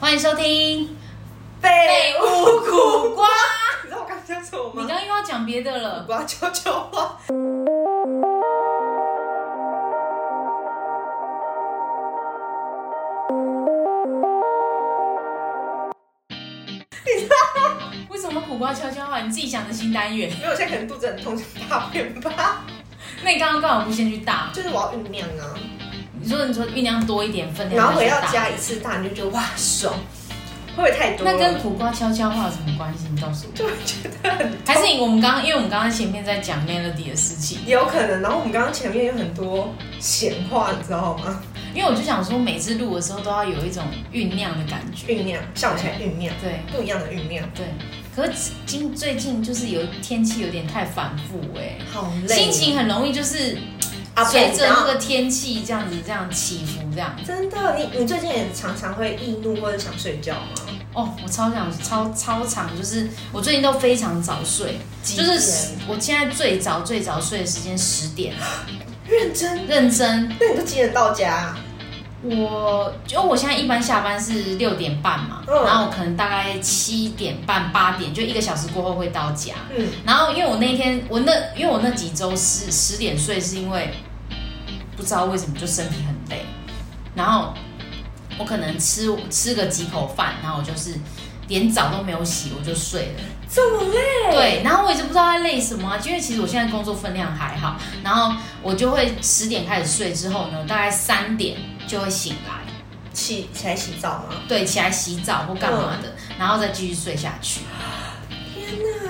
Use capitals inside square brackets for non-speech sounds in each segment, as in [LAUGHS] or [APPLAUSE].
欢迎收听。废物苦 [LAUGHS] 瓜，你知道我刚刚讲什么你吗？刚刚又要讲别的了我，要悄悄话。为什么苦瓜悄悄话？你自己想的新单元？ [LAUGHS] 因为我现在可能肚子很痛，想大便吧。那你刚刚干嘛不先去大？就是我要酝酿啊，你说你说酝酿多一点分量，然后回到再去打家一次大，你就觉得哇爽，会不会太多了？那跟苦瓜悄悄话有什么关系？你告诉我。就会觉得很还是你我们刚刚，因为我们刚刚前面在讲 melody 的事情，也有可能。然后我们刚刚前面有很多闲话，你知道吗？因为我就想说，每次录的时候都要有一种酝酿的感觉。酝酿，像我现在酝酿，对不一样的酝酿，对，可是今最近就是有天气有点太反复哎、好累，心情很容易就是啊，随着那那个个天气这样子这样起伏这样。真的，你你最近也常常会易怒或者想睡觉吗？哦，我超想超超长，就是我最近都非常早睡，几就点是我现在最早最早睡的时间十点，啊认真，认真。那你都几点到家啊？我就我现在一般下班是六点半嘛，嗯然后我可能大概七点半八点，就一个小时过后会到家。嗯，然后因为我那一天我那因为我那几周是十点睡，是因为不知道为什么就身体很累，然后我可能吃吃个几口饭，然后我就是连澡都没有洗，我就睡了。这么累，对，然后我也是不知道在累什么、啊，因为其实我现在工作分量还好，然后我就会十点开始睡，之后呢，大概三点就会醒来，起起来洗澡吗？对，起来洗澡或干嘛的，嗯然后再继续睡下去。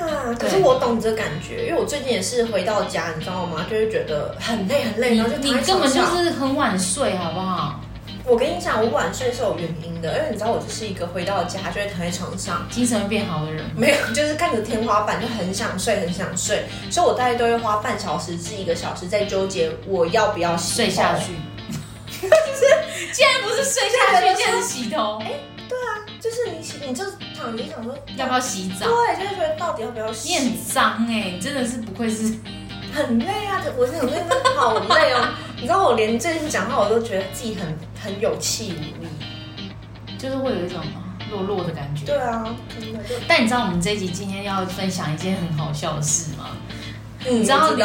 啊！可对是我懂这感觉，因为我最近也是回到家，你知道吗？就是觉得很累很累，你然后就你躺在根床本就上。是很晚睡，好不好？我跟你讲，我晚睡是有原因的，因为你知道我就是一个回到家就会躺在床上，精神会变好的人。没有就是看着天花板就很想睡很想睡，所以我大概都会花半小时至一个小时在纠结我要不要洗头睡下。去。 [LAUGHS] 就是，竟然不是睡下 [LAUGHS] 去，竟然是洗头，就是你洗，你就躺着就想说要不要洗澡？对，就是觉得到底要不要洗？你很脏哎、你真的是不愧是很累啊，我是很累，真的好累哦。 [LAUGHS] 你知道我连最近讲话我都觉得自己很很有气无力。就是会有一种啊弱弱的感觉。对啊，真的就但你知道我们这一集今天要分享一件很好笑的事吗？你知道你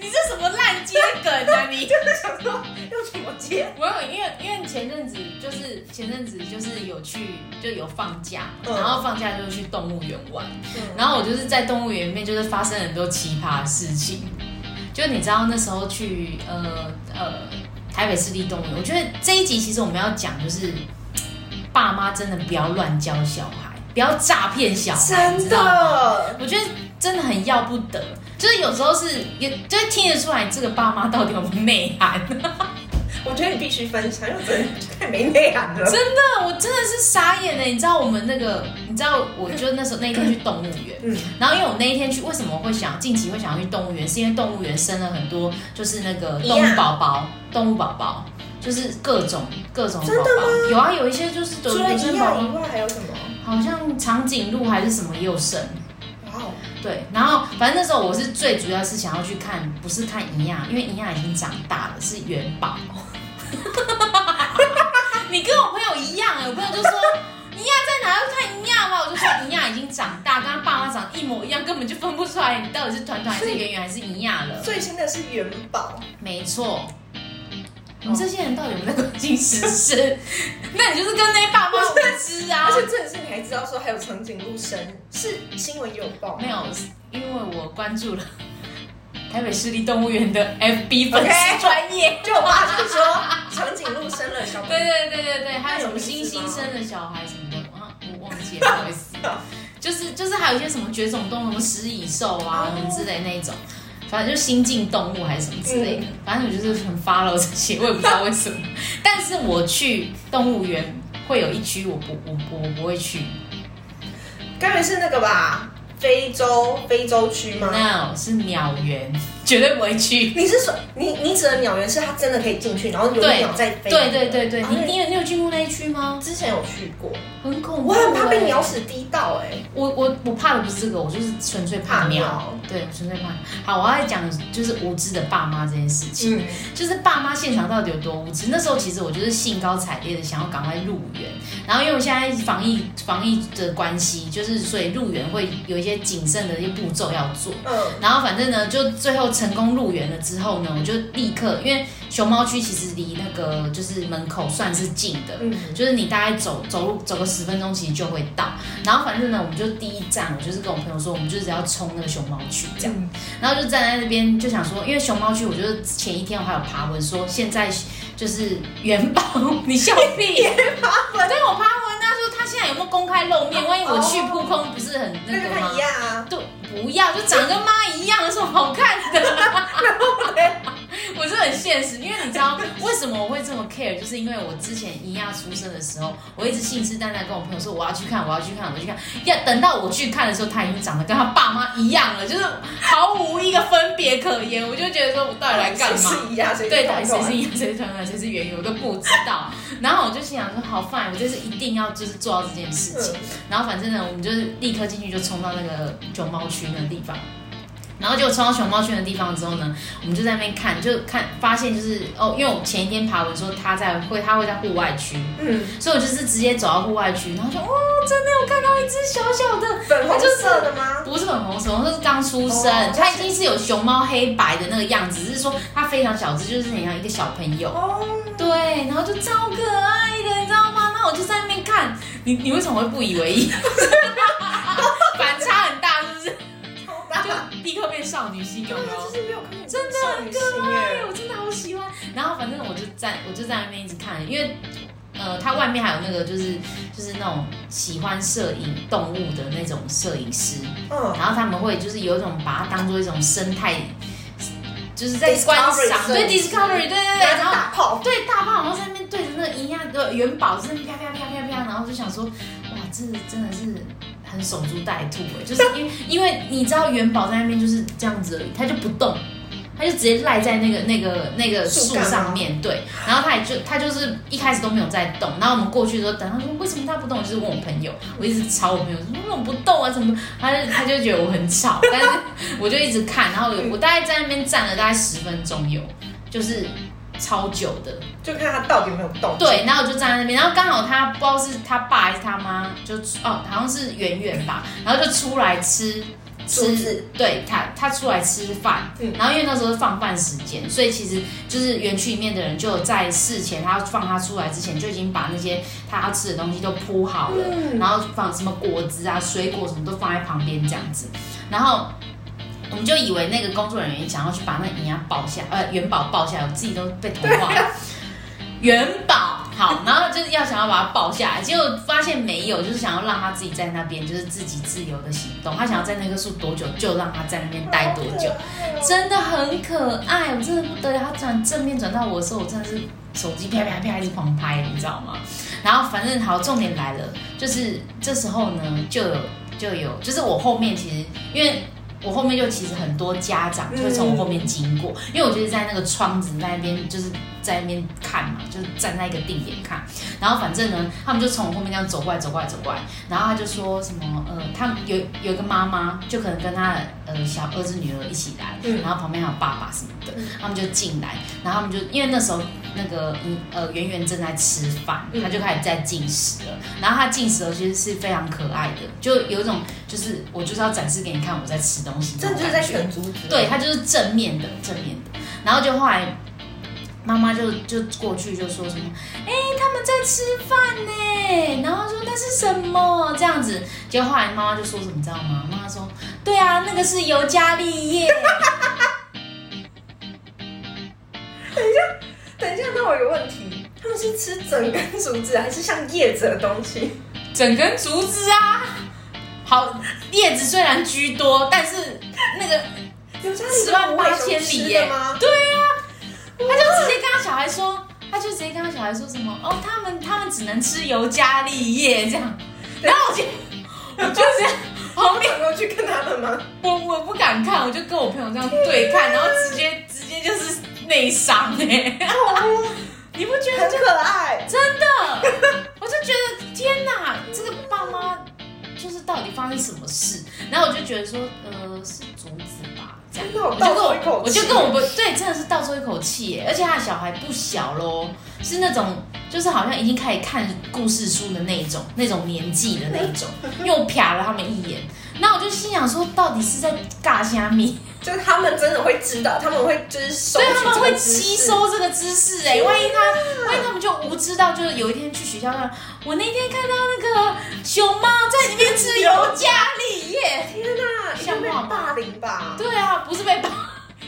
你这什么烂接梗啊你！在想说要怎么接？我有，因为因为前阵子就是前阵子就是有去就有放假，嗯然后放假就去动物园玩，嗯然后我就是在动物园里面就是发生很多奇葩的事情，就你知道那时候去呃呃台北市立动物园，我觉得这一集其实我们要讲就是嘖爸妈真的不要乱教小孩，不要诈骗小孩，你真知道吗的，我觉得真的很要不得。就是有时候是也，就是听得出来这个爸妈到底有没有内涵。我觉得你必须分享，因为我真的太没内涵了。真的，啊我真的是傻眼欸了。你知道我们那个，你知道，我就那时候那一天去动物园，嗯然后因为我那一天去，为什么会想近期会想要去动物园，是因为动物园生了很多就是那个动一物样宝宝，动物宝宝就是各种各种宝真的宝，有啊，有一些就是有除了有一些宝样以宝，外，还有什么？好像长颈鹿还是什么也有生。哇哦，对，然后反正那时候我是最主要是想要去看，不是看银亚，因为银亚已经长大了，是元宝。 [LAUGHS] 你跟我朋友一样哎、我朋友就说银亚在哪要看银亚吗？我就说银亚已经长大，跟他爸妈长一模一样，根本就分不出来你到底是团团还是圆圆还是银亚了。最新的是元宝，没错。你这些人到底有没有在关心时事？ [LAUGHS] 那你就是跟那些爸妈无知 [LAUGHS] 啊！而且这也是你还知道说还有长颈鹿神是新闻有报没。有，因为我关注了台北市立动物园的 FB 粉 OK，丝专业。就我爸就说长颈鹿生了 [LAUGHS] 小宝对，对对对对，还有什么新新生的小孩什么的，啊，我忘记了，不好意思。 [LAUGHS] 就是就是还有一些什么绝种动物，什么食蚁兽啊哦什么之类那一种，反正就新进动物还是什么之类的，反正我就是很 follow 这些，我也不知道为什么。但是我去动物园会有一区我不我我我不会去该不会是那个吧？非洲非洲区吗？ ，no 是鸟园，绝对不会去。你是说你你指的鸟园是它真的可以进去，然后有对鸟在飞？对对对对，啊你那你有你有进入那一区吗？之前有去过，很恐怖、我很怕被欸鸟屎滴到哎、我我我怕的不是这个，我就是纯粹怕怕鸟。鸟对，纯粹怕。好，我要讲就是无知的爸妈这件事情，嗯，就是爸妈现场到底有多无知。那时候其实我就是兴高采烈的想要赶快入园，然后因为我现在防疫防疫的关系，就是所以入园会有一些谨慎的一些步骤要做。嗯，然后反正呢，就最后成功入园了之后呢，我就立刻，因为熊猫区其实离那个就是门口算是近的，嗯就是你大概走走路走个十分钟，其实就会到。然后反正呢，我们就第一站，我就是跟我朋友说，我们就只要冲那个熊猫区这样。嗯然后就站在那边就想说，因为熊猫区，我就是前一天我还有爬文说，现在就是元宝，你笑屁，爬文，对我爬文他说他现在有没有公开露面？万一我去哦扑空，不是很那那跟个吗它一？样啊，对，不要就长跟妈一样，有什么好看的？我是很现实，因为你知道为什么我会这么 care，就是因为我之前一亚出生的时候，我一直信誓旦旦跟我朋友说我要去看，我要去看，我要去看。要等到我去看的时候，他已经长得跟他爸妈一样了，就是毫无一个分别可言。我就觉得说我到底来干谁嘛？是一样，谁对，到到底谁是一，谁是团团，谁是圆圆，我都不知道。然后我就心想说，好 fine，我这次一定要就是做到这件事情。然后反正呢，我们就是立刻进去就冲到那个熊猫区那个地方。然后就冲到熊猫区的地方之后呢，我们就在那边看，就看发现就是哦，因为我前一天爬文说他在会他会在户外区，嗯，所以我就是直接走到户外区，然后就哇、哦真的有看到一只小小的，嗯粉红色的吗？不是粉红色，是刚出生哦，它、已经是有熊猫黑白的那个样子，只是说它非常小只，就是很像一个小朋友。哦，对，然后就超可爱的，你知道吗？那我就在那边看，你你为什么会不以为意？ [LAUGHS] 反差很大，是不是？好大，就立刻变少女心，有没对啊有就？是没有看过真的少女心对，耶，我真的好喜欢。然后反正我就在我就在那边一直看，因为呃，它外面还有那个就是就是那种喜欢摄影动物的那种摄影师，嗯，然后他们会就是有一种把它当做一种生态，就是在观 Discovery 赏，摄对影师 discovery，对对对，拿着然后。大炮，对，大炮，然后在那边对着那个银亚的元宝，在那边啪啪啪啪啪，然后就想说，哇，这真的是很守株待兔哎，就是因为因为你知道元宝在那边就是这样子而已，他就不动。他就直接赖在那个那个那个树树干吗上面，对，然后他也就他就是一开始都没有在动，然后我们过去的时候，等他说为什么他不动，我就是问我朋友，我一直吵我朋友说为什么不动啊，怎么不，他就他就觉得我很吵，但是我就一直看，然后有我大概在那边站了大概十分钟有，就是超久的，就看它到底有没有动。对，然后我就站在那边，然后刚好他不知道是他爸还是他妈，就出哦好像是圆圆吧，然后就出来吃竹子吃，对他他出来吃饭，嗯然后因为那时候是放饭时间，所以其实就是园区里面的人就有在事前他放他出来之前就已经把那些他要吃的东西都铺好了，嗯然后放什么果汁啊、水果什么都放在旁边这样子，然后。我们就以为那个工作人员想要去把那银牙抱下，呃，元宝抱下来，我自己都被同化了。元宝，好，然后就是要想要把它抱下来，结果发现没有，就是想要让他自己在那边，就是自己自由的行动。他想要在那棵树多久，就让他在那边待多久，真的很可爱，我真的不得了。他转正面转到我的时候，我真的是手机啪啪啪一直狂拍，你知道吗？然后反正好，重点来了，就是这时候呢，就有就有，就是我后面其实因为。我后面就其实很多家长就会从我后面经过，因为我就是在那个窗子那边，就是在那边看嘛，就是站在一个定点看。然后反正呢，他们就从我后面这样走过来，走过来，走过来。然后他就说什么，呃，他们有有一个妈妈，就可能跟他的呃小儿子女儿一起来，嗯然后旁边还有爸爸什么的嗯，他们就进来，然后他们就因为那时候那个嗯呃圆圆正在吃饭，嗯他就开始在进食了。然后他进食的时候其实是非常可爱的，就有一种就是我就是要展示给你看我在吃东西，这就是在选竹子，对，，他就是正面的，正面的。然后就后来妈妈就就过去就说什么，哎、他们在吃饭呢，然后说那是什么这样子。结果后来妈妈就说什么，你知道吗？妈妈说，对啊，那个是尤加利叶。等一下，那我有个问题，他们是吃整根竹子，还是像叶子的东西？整根竹子啊。好，叶子虽然居多，但是那个有家里十万八千里耶、吗？对呀、他就直接跟他小孩说，他就直接跟他小孩说什么哦，他们他们只能吃尤加利叶这样。然后我就我就这样， [LAUGHS] 后面你有没有去跟他 [LAUGHS] 们吗？我我不敢看，我就跟我朋友这样对看，然后直接直接就是内伤哎、 [LAUGHS] 你不觉得很就可爱，真的？我就觉得天哪，这个爸妈就是到底发生什么事？然后我就觉得说，呃，是竹子吧，这样。真的，我我就跟倒抽一我口我气，就跟我不对，真的是倒抽一口气耶，而且他的小孩不小喽，是那种就是好像已经开始看故事书的那种那种年纪的那 [LAUGHS] 种，又瞟了他们一眼，那我就心想说，到底是在尬虾米？就是他们真的会知道，他们会就是收对啊取，他们会吸，收这个知识哎、万一他万一他们就无知到，就是有一天去学校上，我那天看到那个熊猫在里面吃尤加利叶，天哪，像像话吗被霸凌吧，对啊，不是被 [LAUGHS] 打，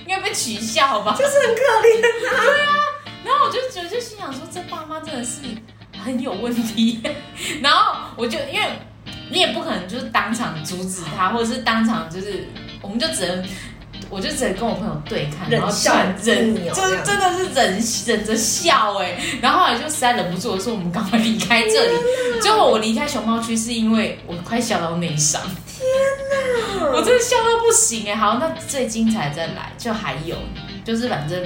应该被取笑吧？就是很可怜，然后我就觉得，就心想说，这爸妈真的是很有问题。 [LAUGHS] 然后我就因为你也不可能就是当场阻止他，或者是当场就是，我们就只能，我就只能跟我朋友对看，忍然后笑哦然忍不，鸟就是真的是忍忍着笑哎、然后后来就实在忍不住，我说我们赶快离开这里。结果我离开熊猫区是因为我快笑到内伤， [LAUGHS] 我真的笑到不行哎、好，那最精彩再来，就还有就是反正。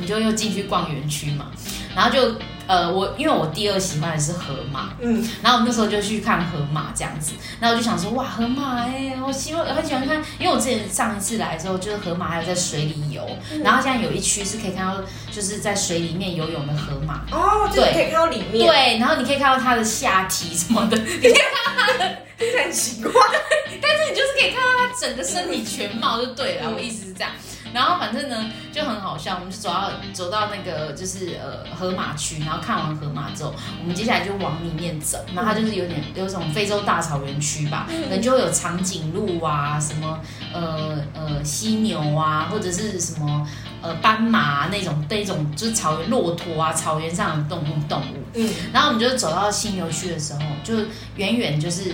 你就又进去逛园区嘛，然后就呃，我因为我第二喜欢的是河马，嗯，然后我那时候就去看河马这样子，然后我就想说哇，河马哎、我喜欢很喜欢看，因为我之前上一次来的时候，就是河马还有在水里游，然后现在有一区是可以看到就是在水里面游泳的河马，哦，就是对可以看到里面，对，然后你可以看到它的下体什么的，听起来很奇怪，你就是可以看到他整个身体全貌就对了，嗯我意思是这样。然后反正呢就很好笑，我们就走到走到那个就是呃河马区，然后看完河马之后，我们接下来就往里面走，然后它就是有点有一种非洲大草原区吧，嗯可能就会有长颈鹿啊，什么呃呃犀牛啊，或者是什么呃斑马、啊、那种那种就是草原骆驼啊，草原上的动物动物。嗯，然后我们就走到犀牛区的时候，就远远就是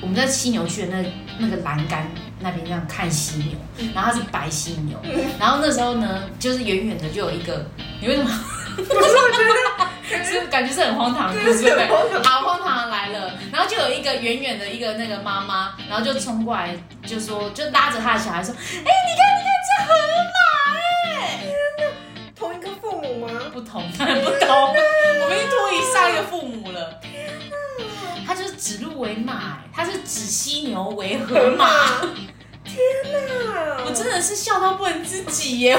我们在犀牛区的那那个栏杆那边这样看犀牛，嗯然后它是白犀牛，嗯然后那时候呢，就是远远的就有一个，你为 [LAUGHS] 什么感觉是感觉是很荒唐的故事，对对不很荒对？唐好，荒唐的来了，然后就有一个远远的一个那个妈妈，然后就冲过来就说，就拉着她的小孩说，哎、你看你看这河马哎、嗯同一个父母吗？不同，当然不同，我们一拖一上一个父母了。他就是指鹿为马、他是指犀牛为河马。，天哪，我真的是笑到不能自己耶！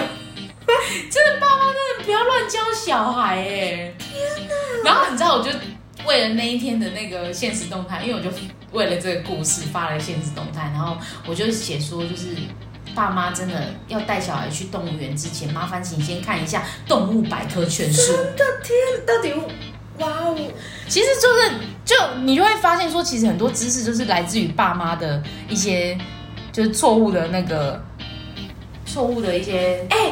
[LAUGHS] 真的，爸妈真的不要乱教小孩哎！天哪！然后你知道，我就为了那一天的那个现实动态，因为我就为了这个故事发了现实动态，然后我就写说，就是爸妈真的要带小孩去动物园之前，麻烦请先看一下《动物百科全书》。的天，到底哇哦，其实就是就你就会发现说，其实很多知识就是来自于爸妈的一些就是错误的那个错误的一些哎、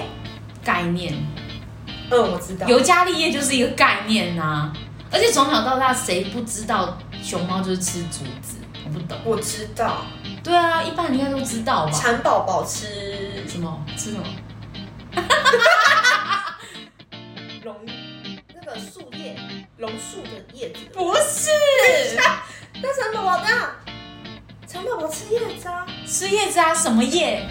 概念。嗯，我知道，尤加利叶就是一个概念呐、而且从小到大谁不知道熊猫就是吃竹子？我不懂。我知道，对啊，一般人应该都知道吧？蚕宝宝吃什么吃什么？榕，那个树叶，榕树的叶子，不是那蚕宝宝呢？蚕宝宝吃叶子啊， [LAUGHS] 吃叶子啊？什么叶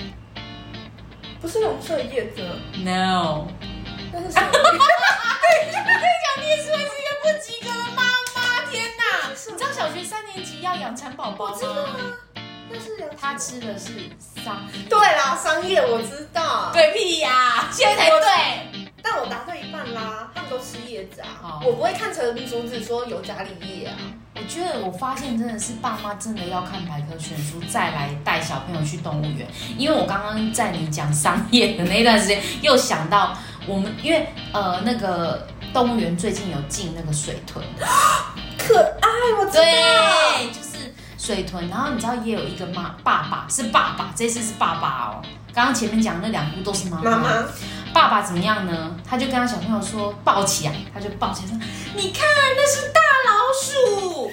不是榕树的叶子啊， ？No。但是什么我跟你讲，你也是会是一个不及格的妈妈，天哪！是你知道小学三年级要养蚕宝宝我知道吗？啊，那是杨他吃的是桑，对啦，桑叶我知道，，对屁呀、现在才对。但我答对一半啦，他们都吃叶子啊好，我不会看成竹子说有家里叶啊，我觉得我发现真的是爸妈真的要看百科全书，再来带小朋友去动物园。因为我刚刚在你讲商业的那一段时间，又想到我们因为呃那个动物园最近有进那个水豚，可爱，我知道，对，就是水豚。然后你知道也有一个妈爸爸是爸爸，这次是爸爸哦。刚刚前面讲的那两部都是妈妈妈。爸爸怎么样呢？他就跟他小朋友说抱起来，他就抱起来说：“你看，那是大老 [LAUGHS] 鼠。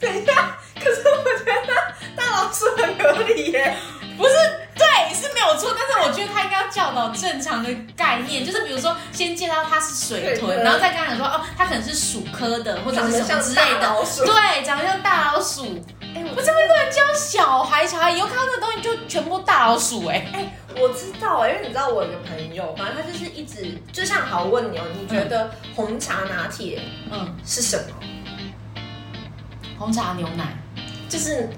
等一下，可是我觉得大老师很合理耶，不是，对，是没有错。错，但是我觉得他应该要教导正常的概念，就是比如说先介绍他是水水豚，豚然后再跟他讲说哦，他可能是鼠科的或者长是得什啊像么之类大的，老鼠。对，长得像大老鼠。哎、我这边乱教小孩，小孩以后看到这东西就全部大老鼠哎、我我知道、哎因为你知道我有一个朋友，反正他就是一直就像好我问你哦、你觉得红茶拿铁嗯，是什么？红茶牛奶，就是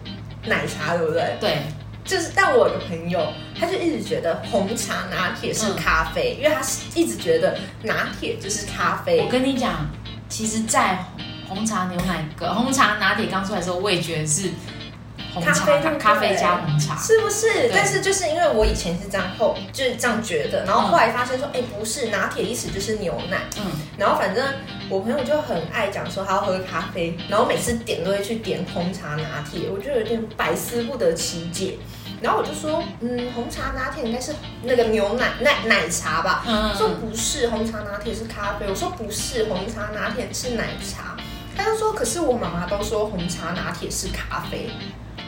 奶茶，对不对？对，就是，但我有个朋友，他就一直觉得红茶拿铁是咖啡，因为他是一直觉得拿铁就是咖我啡。跟你讲，其实，在红茶牛奶跟红茶拿铁刚出来的时候，我也觉得是红茶咖啡对不对咖啡加红茶，是不是？但是就是因为我以前是这样后就是这样觉得，然后后来发现说，哎、不是拿铁意思就是牛奶，嗯，然后反正我朋友就很爱讲说他要喝咖啡，然后每次点都会去点红茶拿铁，我就有点百思不得其解。然后我就说，嗯，红茶拿铁应该是那个牛奶奶奶茶吧，嗯说不是，红茶拿铁是咖啡。我说不是，红茶拿铁是奶茶。他就说，可是我妈妈都说红茶拿铁是咖啡，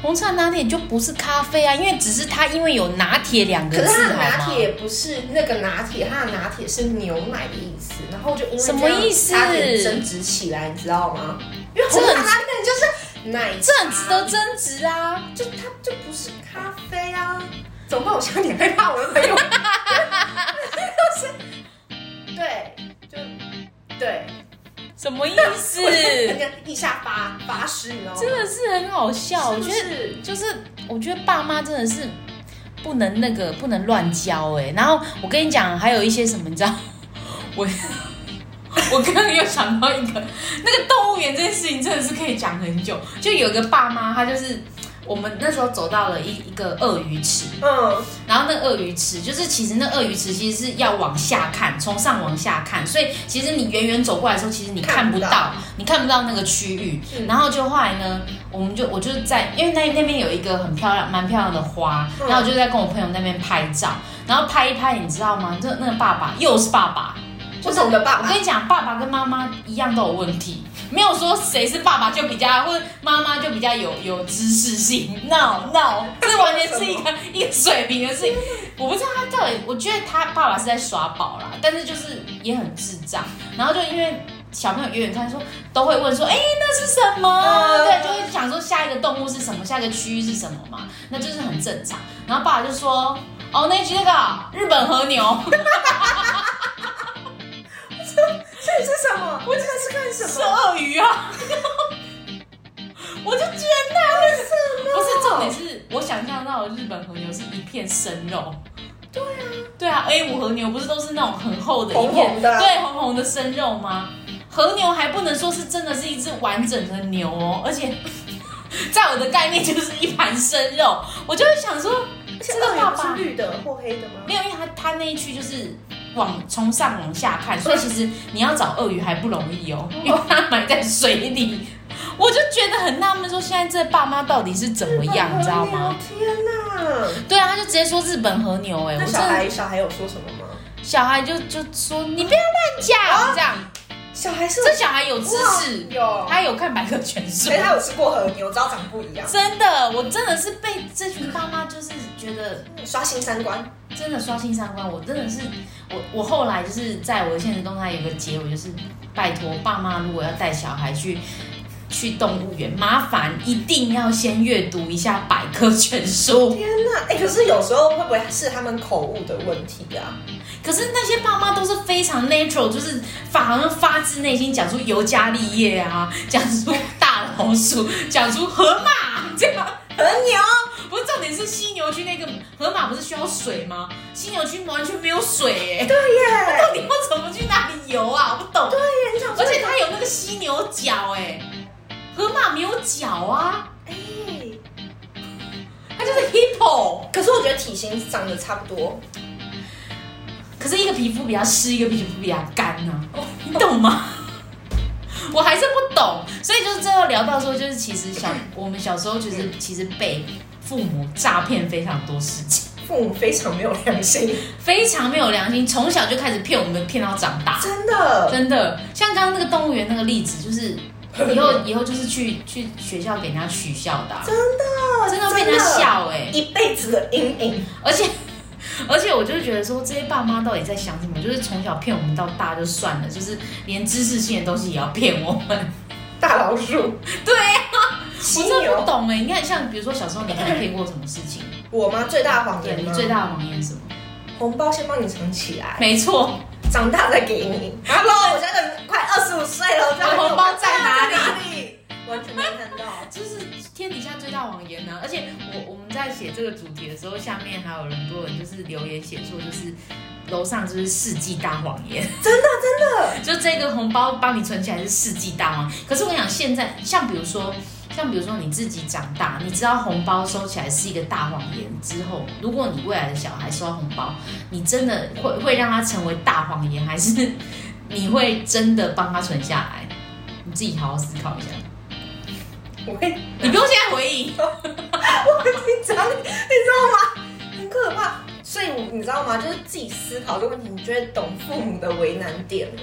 红茶拿铁就不是咖啡啊，因为只是它因为有拿铁两可个是它字，的拿好吗铁不是那个拿铁，它的拿铁是牛奶的意思。然后就因为什么意思这样差点争执起来，你知道吗？因为这红很茶拿铁就是奶茶，这很值得争执啊。就它就不是咖啡啊！怎么办？我像你害怕我的朋 [LAUGHS] 友，就是对，就对，什么意 [LAUGHS] 思？我人家一下发发誓，你知道吗？真的是很好笑，我是觉不得是就是我觉得爸妈真的是不能那个不能乱教哎、然后我跟你讲，还有一些什么，你知道， [LAUGHS] 我我刚刚又想到一个，那个动物园这件事情真的是可以讲很久。就有个爸妈，他就是我们那时候走到了一一个鳄鱼池，嗯，然后那鳄鱼池就是其实那鳄鱼池其实是要往下看，从上往下看，所以其实你远远走过来的时候，其实你看不到，看不到你看不到那个区域。嗯然后就后来呢，我们就我就在因为那那边有一个很漂亮、蛮漂亮的花，嗯然后我就在跟我朋友那边拍照，然后拍一拍，你知道吗？这那个爸爸又是爸爸，不同的爸我爸跟你讲，爸爸跟妈妈一样都有问题，没有说谁是爸爸就比较，或者妈妈就比较有有知识性。No [LAUGHS] No，这完全是一 [LAUGHS] 个一个水平的事情。我不知道他到底，我觉得他爸爸是在耍宝啦，但是就是也很智障。然后就因为小朋友远远看说，都会问说，哎、那是什么？嗯对，就会想说下一个动物是什么，下一个区域是什么嘛，那就是很正常。然后爸爸就说，哦，那一集那个日本和牛。这是什么？我这是看什是么？鳄鱼啊！ [LAUGHS] 我就觉得那个是不哦是重点是我想象到的日本和牛是一片生肉。对啊，对啊，A 五和牛不是都是那种很厚的一片，红红的啊对，红红的生肉吗？和牛还不能说是真的是一只完整的牛哦，而且 [LAUGHS] 在我的概念就是一盘生肉，我就会想说，这这个个爸爸爸爸是绿的或黑的吗？没有，因为它它那一区就是往从上往下看，所以其实你要找鳄鱼还不容易哦，因为它埋在水里。我就觉得很纳闷，说现在这爸妈到底是怎么样，你知道吗？？哦天哪！对啊，他就直接说日本和牛、哎，那我真小的孩小孩有说什么吗？小孩就就说你不要乱讲，啊这样小孩是这小孩有知识，有，他有看百科全书所以，哎他有吃过和牛，知道长不一样，真的，我真的是被这群爸妈就是觉得刷新三观。真的刷新三观，我真的是我我后来就是在我的现实动态有个结尾，就是拜托爸妈如果要带小孩去去动物园，麻烦一定要先阅读一下百科全书。天哪！哎，可是有时候会不会是他们口误的问题啊？可是那些爸妈都是非常 natural，就是反好像发自内心讲出尤加利叶啊，讲出大老鼠，讲出河马这样。和牛，不是重点是犀牛区那个河马不是需要水吗？犀牛区完全没有水耶、对耶，到底要怎么去那里游啊？我不懂。对耶，你想说而且它有那个犀牛角哎、河马没有角啊，哎，它就是 hippo。可是我觉得体型长得差不多，可是一个皮肤比较湿，一个皮肤比较干呐、啊，你懂吗？ [LAUGHS] 我还是不懂，所以就是最后聊到说，就是其实小我们小时候其实其实被父母诈骗非常多事情，父母非常没有 [LAUGHS] 良心，非常没有良心，从小就开始骗我们，骗到长大。真的。真的，像刚刚那个动物园那个例子， [LAUGHS] 就是以后以后就是去去学校给人家取笑的啊、真的真的被人家笑哎、一辈子的阴影，而且而且我就是觉得说，这些爸妈到底在想什么？就是从小骗我们到大就算了，就是连知识性的东西也要骗我们。大老鼠，对啊呀、我犀真的不牛，懂哎、你看，像比如说小时候，你可能骗过什么事情？我吗？最大的谎对言你吗？最大的谎言是什么？红包先帮你藏起来，没错，长大再给你。然后我现在快二十五岁了，我知道啊我红包在哪里里，完全没看到。就是天底下最大谎言呢、而且我我们在写这个主题的时候，下面还有很多人就是留言写说，就是楼上就是世纪大谎言， [LAUGHS] 真的真的，就这个红包帮你存起来是世纪大谎言。可是我想现在，像比如说。像比如说你自己长大，你知道红包收起来是一个大谎言之后，如果你未来的小孩收到红包，你真的会会让他成为大谎言，还是你会真的帮他存下来？你自己好好思考一下。我会你不用现在回应，紧张，你知道吗？很可怕。所以我你知道吗？就是自己思考这个问题，你就会懂父母的为难点了。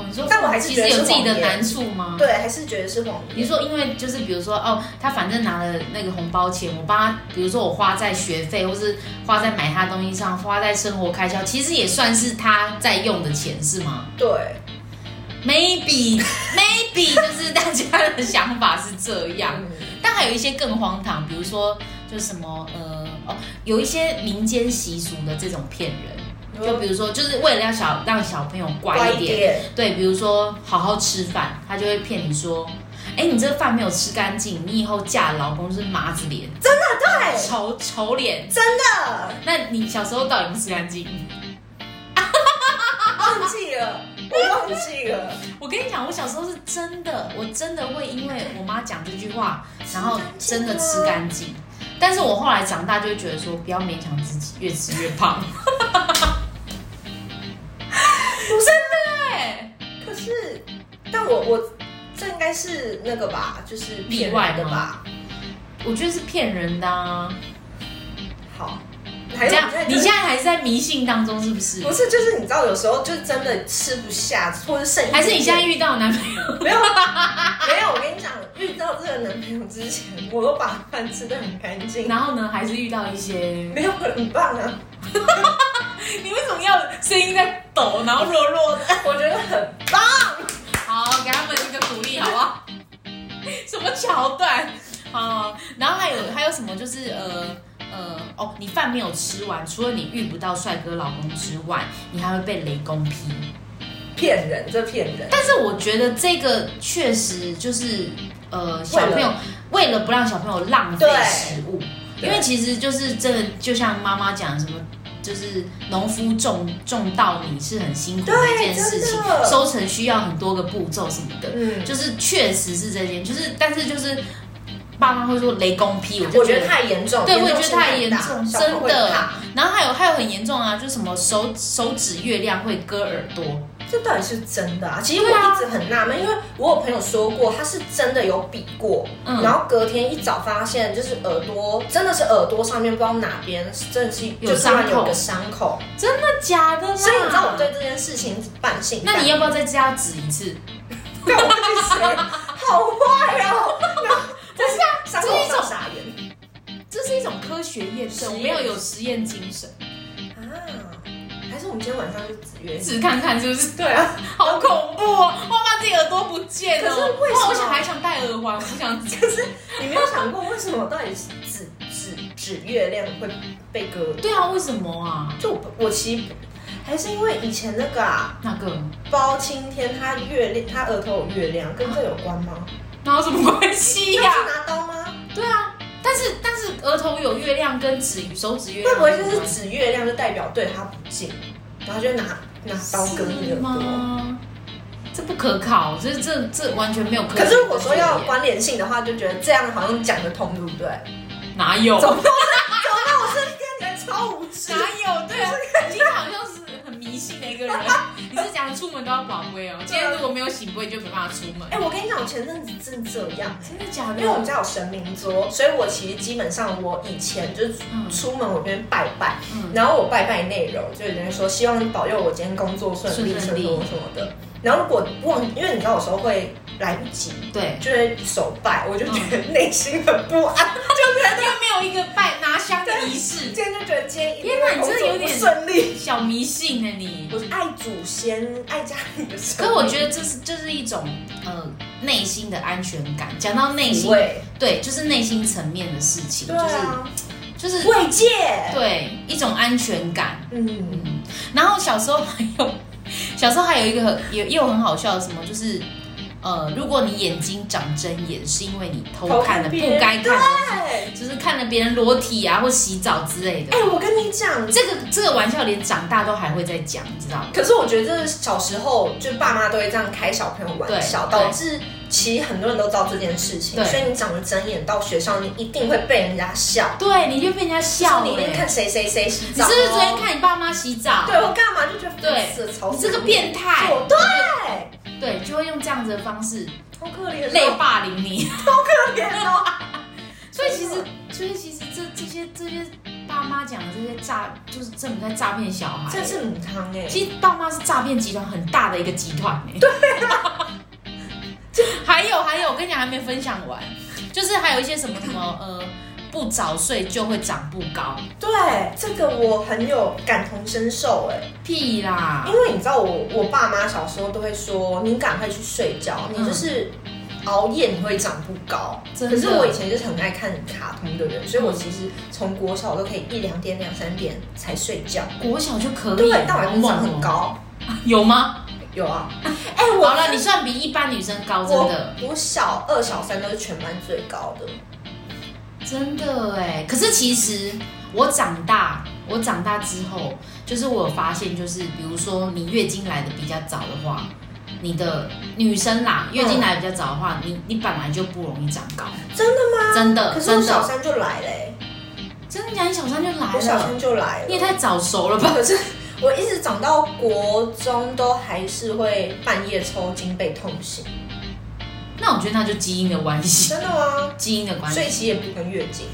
哦，你说，但我还是其觉实得是有自己的谎言难处吗？。对，还是觉得是谎嗯你言。说，因为就是比如说，哦，他反正拿了那个红包钱，我帮他，比如说我花在学费，或是花在买他的东西上，花在生活开销，其实也算是他在用的钱，是 [LAUGHS] 吗对， ？Maybe maybe 就是大家的想法是这样。嗯但还有一些更荒唐，比如说就是什么呃哦，有一些民间习俗的这种骗人，就比如说就是为了要小让小朋友乖乖一一点，点，对，比如说好好吃饭，他就会骗你说，哎，你这饭没有吃干净，你以后嫁的老公是麻子脸，对，丑丑脸。的那你小时候到底有没有吃干净？忘记了，我忘记了。我跟你讲，我小时候是真的，我真的会因为我妈讲这句话，然后真的吃干净。但是我后来长大就会觉得说，不要勉强自己，越吃越 [LAUGHS] 胖。真的哎，可是，但我我这应该是那个吧，就是骗例外人的吗吧？我觉得是骗人的啊！好，还这有样在，你就是现在还是在迷信当中是不是？不是就是你知道，有时候就是真的吃不下，或者剩一点点还是你现在遇到男朋友？ [LAUGHS] 没有没有？我跟你讲，遇到这个男朋友之前，我都把饭吃的很干净，然后呢，还是遇到一些？没有很棒啊，你为什么要声音在抖，然后弱弱的？我觉得很好，给他们一个鼓励，好不好？ [LAUGHS] 什么桥段？好，然后还有还有什么？就是呃呃，哦，你饭没有吃完，除了你遇不到帅哥老公之外，你还会被雷公劈。骗人，这骗人。但是我觉得这个确实就是呃，小朋友为了不让小朋友浪费对食物，因对为其实就是真的，就像妈妈讲什么，就是农夫种种稻米是很辛苦的一件事情真，的收成需要很多个步骤什么的，嗯，就是确实是这件，就是但是就是爸妈会说雷公劈，我就嗯我觉觉得得太严重，对，我也严觉重得性太很严大重，小朋友真会的怕。然后还有还有很严重啊，就什么手手指月亮会割耳朵，这到底是真的啊？其实我对啊一直很纳闷，因为我有朋友说过，他是真的有比过，嗯然后隔天一早发现就是耳朵真的是耳朵上面不知道哪边真的是有就是突然伤口有个伤口，真的假的啦？所以你知道我对这件事情半信半疑。那你要不要再加指一次？对我去死， [LAUGHS] 好坏哦！不是啊，伤口这是一种上傻眼这是一种科学验证，实验我们要有实验精神，啊！还是我们今天晚上就只约？试看看哎是不是？对啊，好恐怖哦！我怕自己耳朵不见了，可是为什么哇我想还想戴耳环，我不想。 [LAUGHS] 可是你没有想过为什么到底是指指指月亮会被割？对啊，为什么啊？就我我其实还是因为以前那个啊，那个？包青天他月亮，他额头有月亮，跟这有关吗？那有什么关系那哎呀、是拿刀吗？对啊，但是但是额头有月亮跟指手指月亮会有不关系，会就是指月亮就代表对他不敬，然后就拿拿刀割你是耳朵？吗？这不可考，这这这完全没有可。可是如果说要有关联性的话，就觉得这样好像讲得通，对不对？哪有啊走到走到我身边，你超无知哪。有？对啊，你好像是很迷信的一个 [LAUGHS] 人。你是讲出门都要保龟哦，今天如果没有醒龟就没办法出门。哎，我跟你讲，我前阵子真的这样。真的假的？因为我们家有神明桌，所以我其实基本上我以前就是嗯出门我这边拜拜，嗯然后我拜拜内容就有人说希望保佑我今天工作顺利顺顺利利什么的。然后如果忘，因为你知道有时候会来不及，对，就会手败，我就觉得内心很不安，又没有一个拜拿香的仪式，今天就觉得今天一定天哪你工真的作有不点顺利。小迷信呢、你。我是爱祖先，爱家里的生可是命。我觉得这是这是一种呃内心的安全感。讲到内心，对，对，就是内心层面的事情，对啊，就是就是慰藉，对一种安全感。嗯，嗯，然后小时候还有， [LAUGHS] 小时候还有一个很也也有很好笑的什么，就是呃，如果你眼睛长针眼，是因为你偷看了偷看别人不该看的，对。就是看了别人裸体啊或洗澡之类的哎、。我跟你讲，这个这个玩笑连长大都还会在讲，你知道吗？可是我觉得这小时候就爸妈都会这样开小朋友玩笑，对对导致其实很多人都知道这件事情，对所以你长得睁眼到学校，你一定会被人家笑，对，你就被人家笑说了、你一定看谁谁谁洗你澡、是不是昨天？看你爸妈洗澡？对我干嘛就觉得对死吵你死这了个变态，我对，对，就会用这样子的方式好可怜，啊 [LAUGHS] 类霸凌你。可怜哦。 [LAUGHS] 所以其实，所以其实这这些这些爸妈讲的这些诈，就是政府在诈骗小孩。这是母汤哎、其实爸妈是诈骗集团很大的一个集团呢、对、啊 [LAUGHS] 还有还有，我跟你讲还没分享完，就是还有一些什么什么呃，不早睡就会长不高，对这个我很有感同身受哎、屁啦因！为你知道我我爸妈小时候都会说，你赶快去睡觉，你就是熬夜你会长不高。嗯真的可是我以前就是很爱看卡通的人，所以我其实从国小都可以一两点、两三点才睡觉，国小就可以，对，但我还好是猛长很哦，高。有吗？有 [LAUGHS] 啊，哎、我好了，你算比一般女生高，真的，我我小二、小三都是全班最高的。真的哎。可是其实我长大，我长大之后，就是我有发现，就是比如说你月经来的比较早的话，你的女生啦，月经来得比较早的话，你你本来就不容易长高，哦真的吗？真的，可是我呃真小的，三就来嘞、真的假的？你小三就来我小了，三就来你也了。太早熟了吧？可是我一直长到国中都还是会半夜抽筋被痛 [LAUGHS] 醒。那我觉得那就基因的关系，真的吗？基因的关系所。以其实也不跟月经，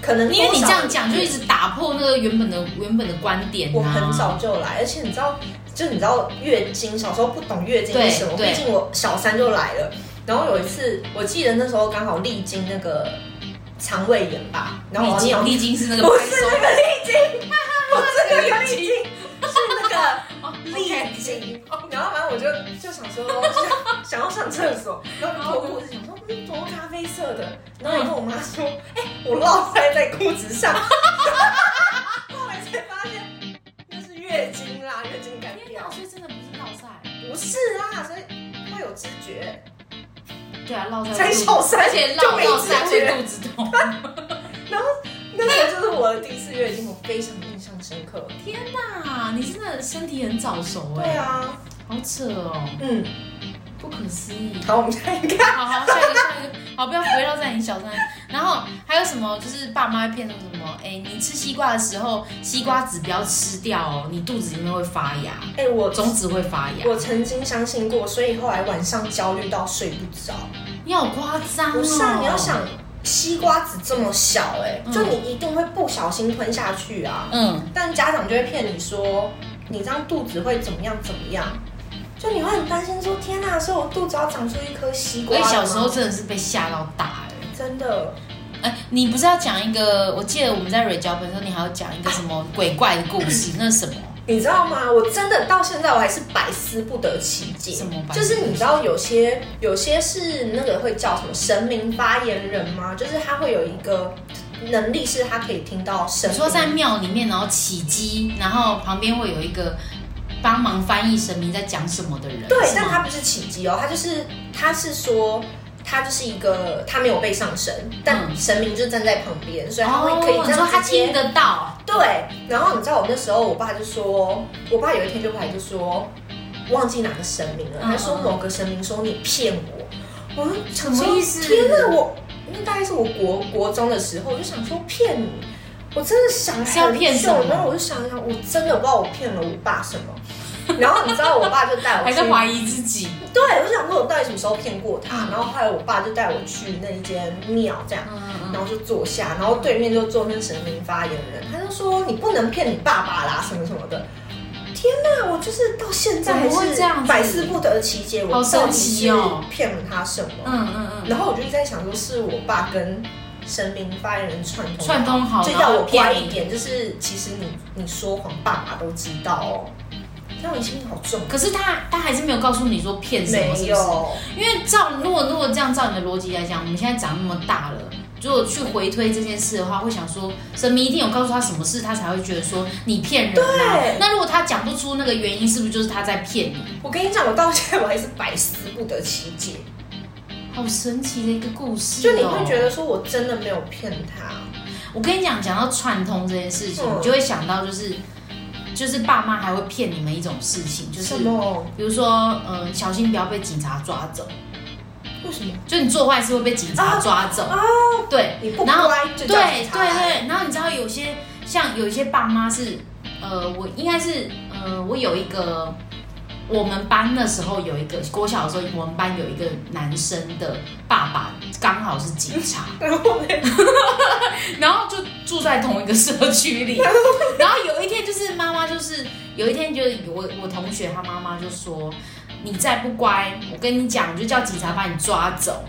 可能因为你这样讲，就一是直打破那个原本的原本的观点、啊。嗯我很早就来，而且你知道，就你知道月经，小时候不懂月经是什么，对毕对竟我小三就来了。然后有一次，我记得那时候刚好历经那个肠胃炎吧，然后我历经要尿历经是那个不白是那手个历经，不是那 [LAUGHS] 个历经，是那个。哦历经，然后反正我就就想说 [LAUGHS] 想想要上厕所，然后就脱裤子想说嗯，怎么咖啡色的？然后我跟我妈说，哎、我落塞在裤子上， [LAUGHS] 后来才发现那是月经啦，月经改天掉哪，，所以真的不是落赛。不是啦，所以会有知觉，对啊，落赛才小三而且就落没落知赛会觉，肚子 [LAUGHS] 痛。那个就是我的第一次月经，我非常印象深 [LAUGHS] 刻。啊，你真的身体很早熟哎、对，啊，好扯哦，嗯，不可思议。好，我们下一个，好好，下一个下一个，好，不要围绕在你小三。然后还有什么？就是爸妈会骗说什么？哎、你吃西瓜的时候，西瓜籽不要吃掉哦，你肚子里面会发芽，哎、我种子会发芽。我曾经相信过，所以后来晚上焦虑到睡不着。你好夸张哦！不是啊，你要想，西瓜籽这么小、哎、嗯就你一定会不小心吞下去啊。嗯，但家长就会骗你说，你这样肚子会怎么样怎么样，就你会很担心说，天哪、所以我肚子要长出一颗西我瓜了吗。小时候真的是被吓到大哎、真的，哎，你不是要讲一个？我记得我们在蕊脚本的时候，你还要讲一个什么鬼怪的故事？那是什么？你知道吗？我真的到现在我还是百思不得其解。什么百思不得就是你知道有些有些是那个会叫什么神明发言人吗？就是他会有一个能力，是他可以听到神你明。说在庙里面，然后起鸡，然后旁边会有一个帮忙翻译神明在讲什么的人。对，是吗但他不是起鸡哦，他就是他是说。他就是一个，他没有被上身，但嗯神明就站在旁边，所以他会可以哦这你说样他直听接。得到，对，然后你知道我那时候，我爸就说，我爸有一天就回来就说，忘记哪个神明了，嗯他说某个神明说你骗我，我就想什么说意思天哪，我那大概是我国国中的时候，我就想说骗你，我真的想是要很骗久什么然后我就想一想，我真的不知道我骗了我爸什么。 [LAUGHS] 然后你知道我爸就带我还去在怀疑嗯自己。对，我就想说我到底什么时候骗过他？然后后来我爸就带我去那一间庙，这样，嗯然后就坐下，然后对面就坐那神明发言人，他就说你不能骗你爸爸啦，什么什么的。那我就是到现在还怎么会是这样子百思不得其解，我好到神底奇是哦骗了他什么？嗯嗯嗯，然后我就一直在想，说是我爸跟神明发言人串通，串通好，就然要后我乖骗一你。点，就是其实你你说谎，爸爸都知道哦。那我心里好重，啊可是他他还是没有告诉你说骗什么，没是不是？有，因为照如果如果这样照你的逻辑来讲，我们现在长那么大了，如果去回推这件事的话，会想说神明一定有告诉他什么事，他才会觉得说你骗人、啊。对那如果他讲不出那个原因，是不是就是他在骗你？我跟你讲，我到现在我还是百思不得其解。好神奇的一个故事、就哦，你会觉得说我真的没有骗他，我跟你讲，讲到串通这件事情，嗯你就会想到就是，就是爸妈还会骗你们一种事情，就是什么？比如说，嗯，小心不要被警察抓走，为什么？就你做坏事会被警察抓走。啊对，你不然后乖就对叫对警察来。对，然后你知道有些像有一些爸妈是，呃，我应该是，呃，我有一个。我们班那时候有一个国小的时候，我们班有一个男生的爸爸刚好是警察，然后呢？然后就住在同一个社区里。然后有一天，就是妈妈，就是有一天，就是我我同学他妈妈就说：“你再不乖，我跟你讲，我就叫警察把你抓走。”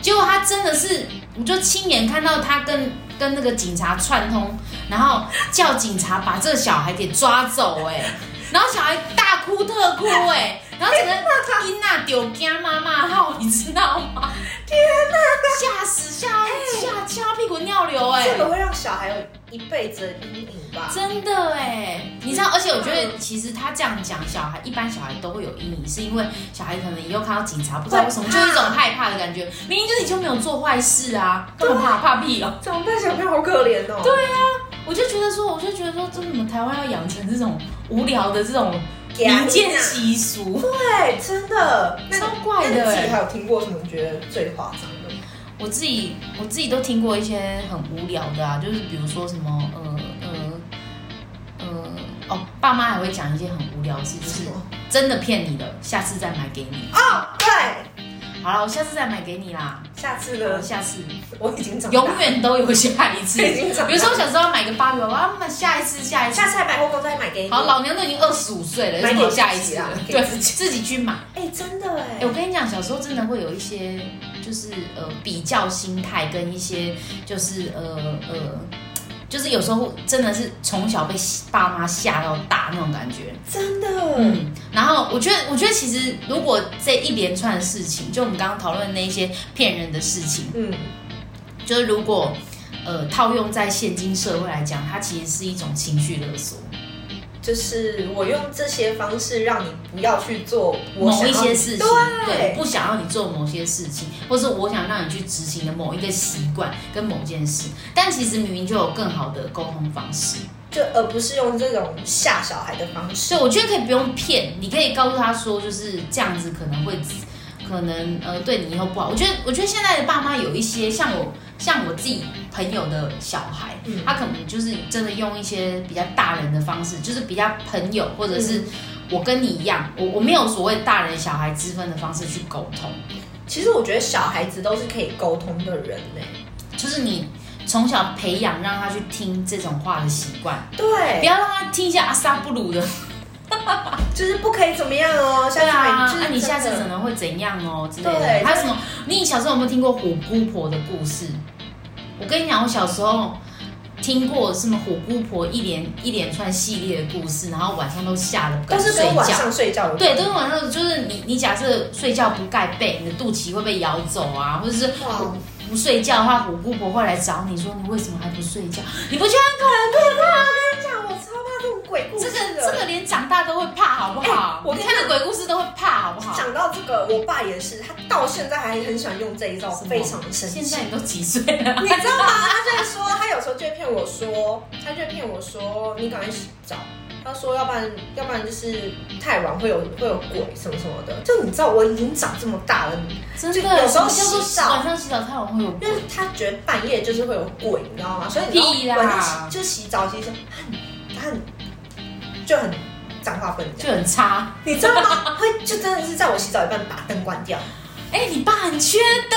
结果他真的是，我就亲眼看到他跟跟那个警察串通，然后叫警察把这个小孩给抓走、哎，然后小孩大哭特哭、哎，然后整个囡娜丢惊妈妈号，你知道吗？天哪，吓死吓吓吓到屁滚尿流、哎，这个会让小孩有一辈子的阴影吧？真的哎，你知道，而且我觉得其实他这样讲，小孩一般小孩都会有阴影，是因为小孩可能以后看到警察，不知道为什么会就怕有一种害怕的感觉。 [LAUGHS] 明明就是你就没有做坏事啊，干嘛怕怕屁哦？怎么办？小朋友好可怜哦。对，我就觉得说，我就觉得说，这怎么台湾要养成这种无聊的这种民间习俗，对，真的。那超你怪那的你自己哎。还有听过什么你觉得最夸张的？ [LAUGHS] 我自己我自己都听过一些很无聊的啊，就是比如说什么呃呃呃哦，爸妈还会讲一些很无聊的事，就是什么真的骗你的，下次再买给你。哦，对，好了，我下次再买给你啦。下次我呢？下次我已经长大永远都有下一次。已 [LAUGHS] 经长大比如说，我小时候买个芭比娃娃，啊那下一次，下一次下。次来百货公司再买给你。好，老娘都已经二十五岁了，有买什给么好自下一己次啊了给对，自自己去买。哎，真的哎、哎，我跟你讲，小时候真的会有一些，就是呃比较心态跟一些，就是呃呃，就是有时候真的是从小被爸妈吓到大那种感觉。真的，嗯，然后我觉得，我觉得其实如果这一连串的事情，就我们刚刚讨论的那一些骗人的事情。嗯，就是如果呃套用在现今社会来讲，它其实是一种情绪勒索，就是我用这些方式让你不要去做我某想一要些事情，对，对，不想要你做某些事情，或是我想让你去执行的某一个习惯跟某件事，但其实明明就有更好的沟通方式，就而不是用这种吓小孩的方式所以。我觉得可以不用骗，你可以告诉他说就是这样子可能会。可能呃对你以后不好，我觉得我觉得现在的爸妈有一些像我像我自己朋友的小孩，嗯他可能就是真的用一些比较大人的方式，就是比较朋友或者嗯是我跟你一样，我我没有所谓大人小孩之分的方式去沟通，其实我觉得小孩子都是可以沟通的人呢。就是你从小培养让他去听这种话的习惯，不对，要让他听一下阿萨布鲁的，就是不可以怎么样哦。下对次买啊，就是那、你真的下次可能会怎样哦之类的对。还有什么？你小时候有没有听过虎姑婆的故事？我跟你讲，我小时候。听过什么虎姑婆一连一连串系列的故事，然后晚上都吓得不敢都睡是觉。跟晚上睡觉有对，关都是晚上，就是你你假设睡觉不盖被，你的肚脐会被咬走啊，或者是哇哦不睡觉的话，虎姑婆会来找你说你为什么还不睡觉？你不觉得很可怕？我跟你哎讲，我超怕这种鬼故这事个的。这个连长大都会怕，好不好哎？我你跟你看的鬼故事都会怕，好不好？讲到这个，我爸也是，他到现在还很喜欢用这一招，什么非常生现气在。你都几岁了？你知道吗？他就会说，他有时候就会骗我说，他就会骗我说，你赶快洗澡。他说，要不然，要不然就是太晚会有会有鬼什么什么的。就你知道，我已经长这么大了， [LAUGHS] 真就的，有时候什么叫洗做澡晚上洗澡太晚会有因为他觉得半夜就是会有鬼，你知道吗？所以你屁知啦道晚上洗就洗澡，其实很很就很脏话分量，就很差。你知道吗？会就真的是在我洗澡一半把灯关掉，哎、你爸很缺德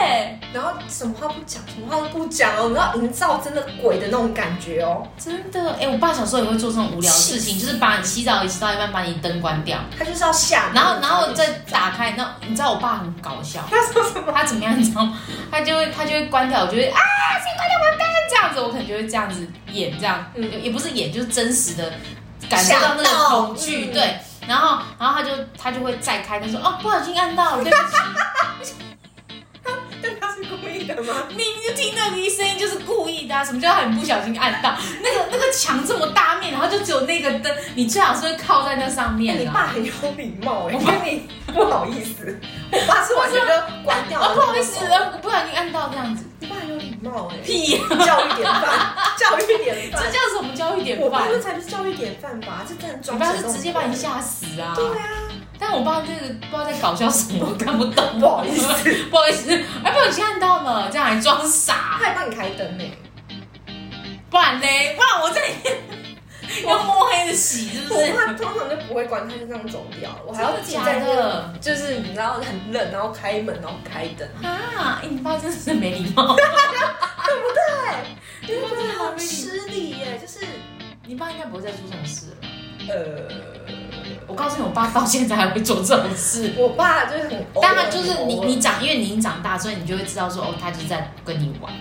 哎、然后什么话不讲，什么话都不讲哦，然后营造真的鬼的那种感觉哦。真的哎、我爸小时候也会做这种无聊的事情，就是把你洗澡也洗到一半，把你灯关掉，他就是要吓你，然后然后再打开。那你知道我爸很搞笑，他说什么？他怎么样，你知道吗？他就会他就会关掉，我就会啊，谁关掉我的灯？这样子，我可能就会这样子演，这样、嗯也也不是演，就是真实的感受到那吓到个恐惧，嗯对。然后然后他就他就会再开，他说哦，不小心按 [LAUGHS] 到了，对不起。但他是故意的吗？明明就听到你声音就是故意的、啊，什么叫很不小心按到？那个那个墙这么大面，然后就只有那个灯，你最好是会靠在那上面啊你的、爸很有礼貌哎、我爸跟你不好意思，我爸是完全就关掉啊，了。不好意思，我不小心按到这样 [LAUGHS] 子，你爸很有礼貌哎、屁呀、教育 [LAUGHS] 典范，教育典这范。叫什么教育典我爸范？这才就是教育典范吧，这真的我装爸神是弄直接把你鬼。吓死啊！对啊，但我爸就是不知道在搞笑什么，我看不懂。 [LAUGHS] 不好意思， [LAUGHS] 不好意思，哎，不小心按到了，这样还装他傻，还帮你开灯欸呢、不然嘞，不然我这里 [LAUGHS] 要摸黑的洗，是不我是？爸通常就不会关，他就这样走掉，我还要自己真的在假那的边，就是你知道很冷，然后开门，然后开灯，啊，哎，你爸真是没礼貌。对真的好好失失礼耶，就是 [LAUGHS] 你爸应该不会再做这种事了。呃，我告诉你，我爸到现在还会做这种事。我爸就是很偶 [LAUGHS] 尔，当然，就是你偶尔你长，因为你长大，所以你就会知道说，哦，他就是在跟你玩。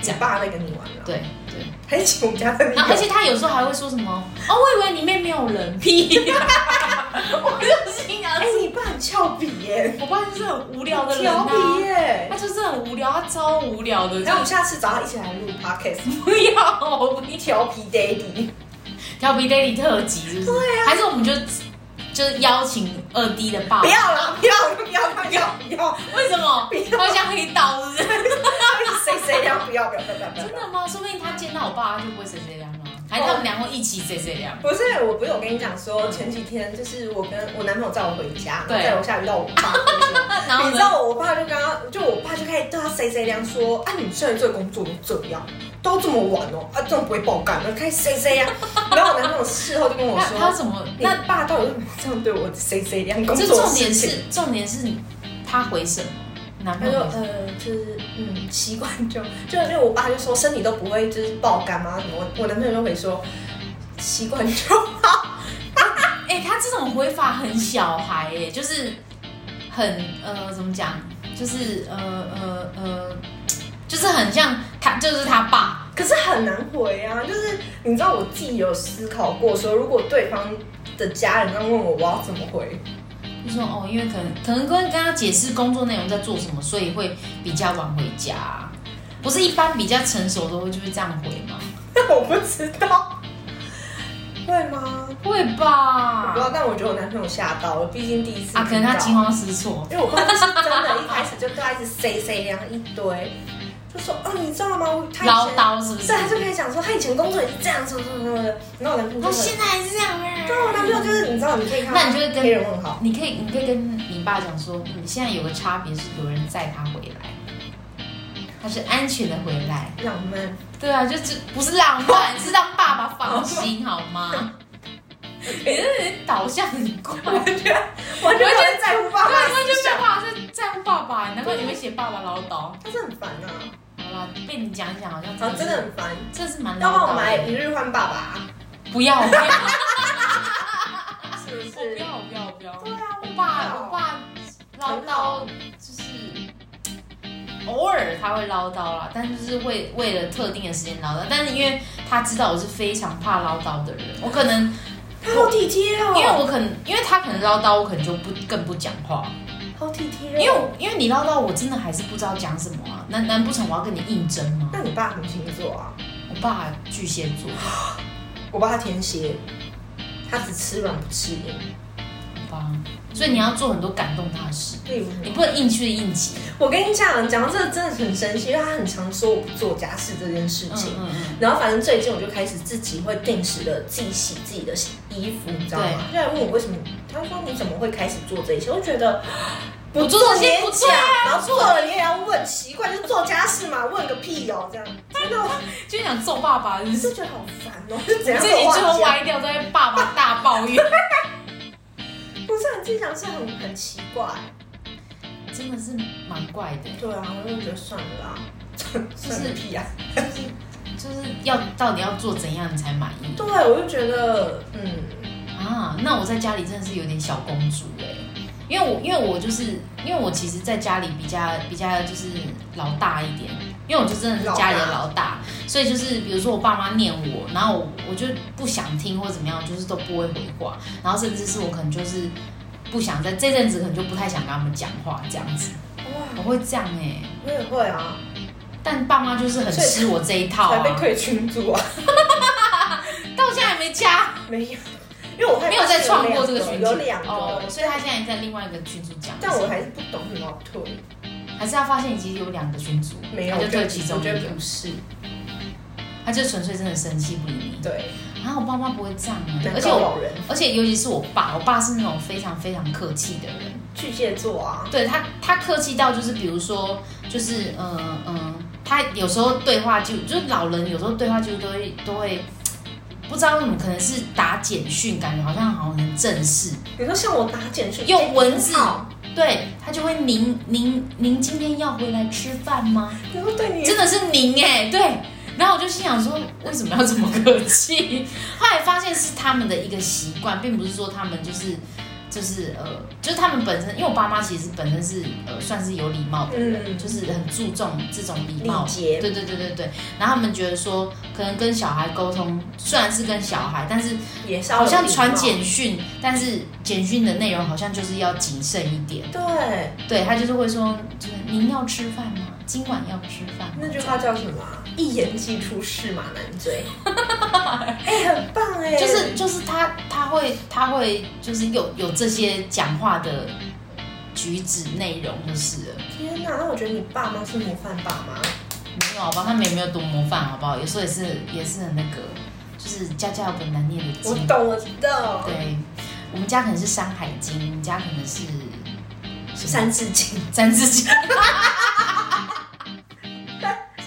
你爸在跟你玩了，对对。还请我们家跟你然后，而玩，且他有时候还会说什么，哦，我以为里面没有人，屁！ [LAUGHS] 我就心想哎，，你爸很俏皮耶，我爸就是很无聊的人调啊，皮耶。他就是很无聊，他超无聊的。那我们下次找他一起来录 podcast，不要，我不调皮嗯 daddy，调皮 daily 特辑是不是？对啊。还是我们就就是邀请二 D 的爸不爸要？啦，不要不要不要不要，为什么？不要他会像黑道是不是？谁谁要不要不要不要不要真。的吗？说不定他见到我爸，他就不会谁谁凉了，还是他们俩会一起谁谁凉？不是，我不是有跟你讲说，前几天就是我跟我男朋友载我回家，对在楼下遇到我爸， [LAUGHS] 然后你知呢？道我爸就跟他，就我爸就开始对他谁谁凉说，啊，你们现在这工作都这样，都这么晚哦，啊，这种不会爆肝的，开始谁谁呀？然后我男朋友事后就跟我他他说，怎么？你那爸到底为什么这样对我谁谁凉工这作的重点事情？是重点是他回什么？男他朋就友回什么呃，就是嗯，习惯就就因为我爸就说身体都不会就是爆肝吗？什么？我我男朋友就会说习惯就哎、他这种回法很小孩哎、就是很呃怎么讲？就是呃呃呃，就是很像他，就是他爸。可是很难回啊，就是你知道我自己有思考过说，如果对方的家人这样问我，我要怎么回？ [LAUGHS] 就说哦，因为可能可能跟跟他解释工作内容在做什么，所以会比较晚回家。不是一般比较成熟的会就会这样回吗？我不知道，会吗？会我吧不知？道，但我觉得我男朋友吓到了，毕竟第一次啊，可能他惊听到，慌失措。因为我爸就是真的，一开始就对他一直 say say 量一堆，就说哦，你知道吗？我他以前唠叨是不是对，？他就可以讲说他以前工作也是这样，什么什么什么的。然后我男朋友他哦就会，现在还是这样啊。对，我男朋友就是你知道，你可以看到那你就会跟黑人问号，你可以，你可以跟你爸讲说，你现在有个差别是有人载他回来，他是安全的回来。浪漫。对啊，就是不是浪漫，是让爸爸放心好 [LAUGHS] 吗？你这人导向很怪，完全完全不会在乎爸对，妈完的思全没想有，办法在在乎爸爸，难怪你会写爸爸唠叨。他是很烦啊。好啦，被你讲一讲，好像啊，是真的，很烦。这是蛮要帮我唠买叨一的。日换爸爸，不要，我不要。是不我不是？要，我不要，我不要。对啊，我爸，我爸唠叨就是偶尔他会唠叨啦，但就是为为了特定的时间唠叨。但是因为他知道我是非常怕唠叨的人，我可能他好体贴哦，因为我可能因为他可能唠叨，我可能就不更不讲话，好体贴哦。因为我因为你唠叨，我真的还是不知道讲什么啊。难难不成我要跟你应征吗？那你爸什么星座啊？我爸巨蟹座，我爸天蝎，他只吃软不吃硬。好吧，所以你要做很多感动他的事，例如，你不能硬去硬挤。我跟你讲，讲到这个真的很生气，因为他很常说我不做家事这件事嗯情。嗯嗯，然后反正最近我就开始自己会定时的自己洗自己的衣服，你知道吗？就来问我为什么，他说你怎么会开始做这些？我觉 [LAUGHS] 得不做这些不不做做也啊讲，然后做了你也要问，奇怪，就做家事嘛，问个屁哦，这样真的，我就想揍爸爸，你是就觉得好烦哦，就怎这样集都最后忘记。歪掉，在那边爸爸大抱怨。不是很正常，是很很奇怪。真的是蛮怪的，对啊，我就觉得算了啦，算个屁啊！就是要到底要做怎样你才满意对，我就觉得，嗯，啊？那我在家里真的是有点小公主哎、因为我因为我就是因为我其实在家里比较比较就是老大一点，因为我就真的是家里的老大，所以就是比如说我爸妈念我，然后我我就不想听或怎么样，就是都不会回话，然后甚至是我可能就是不想在这阵子可能就不太想跟他们讲话这样子，我哇，会这样哎、我也会啊，但爸妈就是很所以吃我这一套才啊，被退群 [LAUGHS] 组啊，到现在还没加，没有，因为我害怕没有再创过这个有群两组有两个，哦，所以他现在在另外一个群组讲。但我还是不懂很好退，还是他发现你其实有两个群组，没有，他就对我其觉得中我一觉个得，不是，他就纯粹真的生气不理你。对，然后我爸妈不会这样啊，而难且搞我，老人，而且尤其是我爸，我爸是那种非常非常客气的人，巨蟹座啊，对他，他客气到就是，比如说，就是，嗯、呃、嗯、他有时候对话就就是老人有时候对话就都会都会，不知道为什么，可能是打简讯，感觉好像好像很正式，你说像我打简讯哎用文字好，对他就会您您您今天要回来吃饭吗？然后对你真的是您哎、对。然后我就心想说，为什么要这么客气？ [LAUGHS] 后来发现是他们的一个习惯，并不是说他们就是就是呃，就是他们本身，因为我爸妈其实本身是呃算是有礼貌的人，嗯就是很注重这种礼礼貌。节，对对对对对，然后他们觉得说，可能跟小孩沟通，虽然是跟小孩，但是也是要有好像礼貌传，简讯，但是简讯的内容好像就是要谨慎一点。对，对他就是会说，就是您要吃饭吗？今晚要吃饭吗？那句话叫什么啊？一言既出，驷马难 [LAUGHS] 追。哎、很棒哎、就是就是他他会他会就是有有这些讲话的举止内容就是了，天哪！那我觉得你爸妈是模范爸妈，没有好吧？他们也没有多模范好不好？有时候也是也是很那个，就是家家有本难念的我经。懂，我知道，对，我们家可能是《山海经》，我们家可能是《三字经》， 《三字经》。 [LAUGHS] 《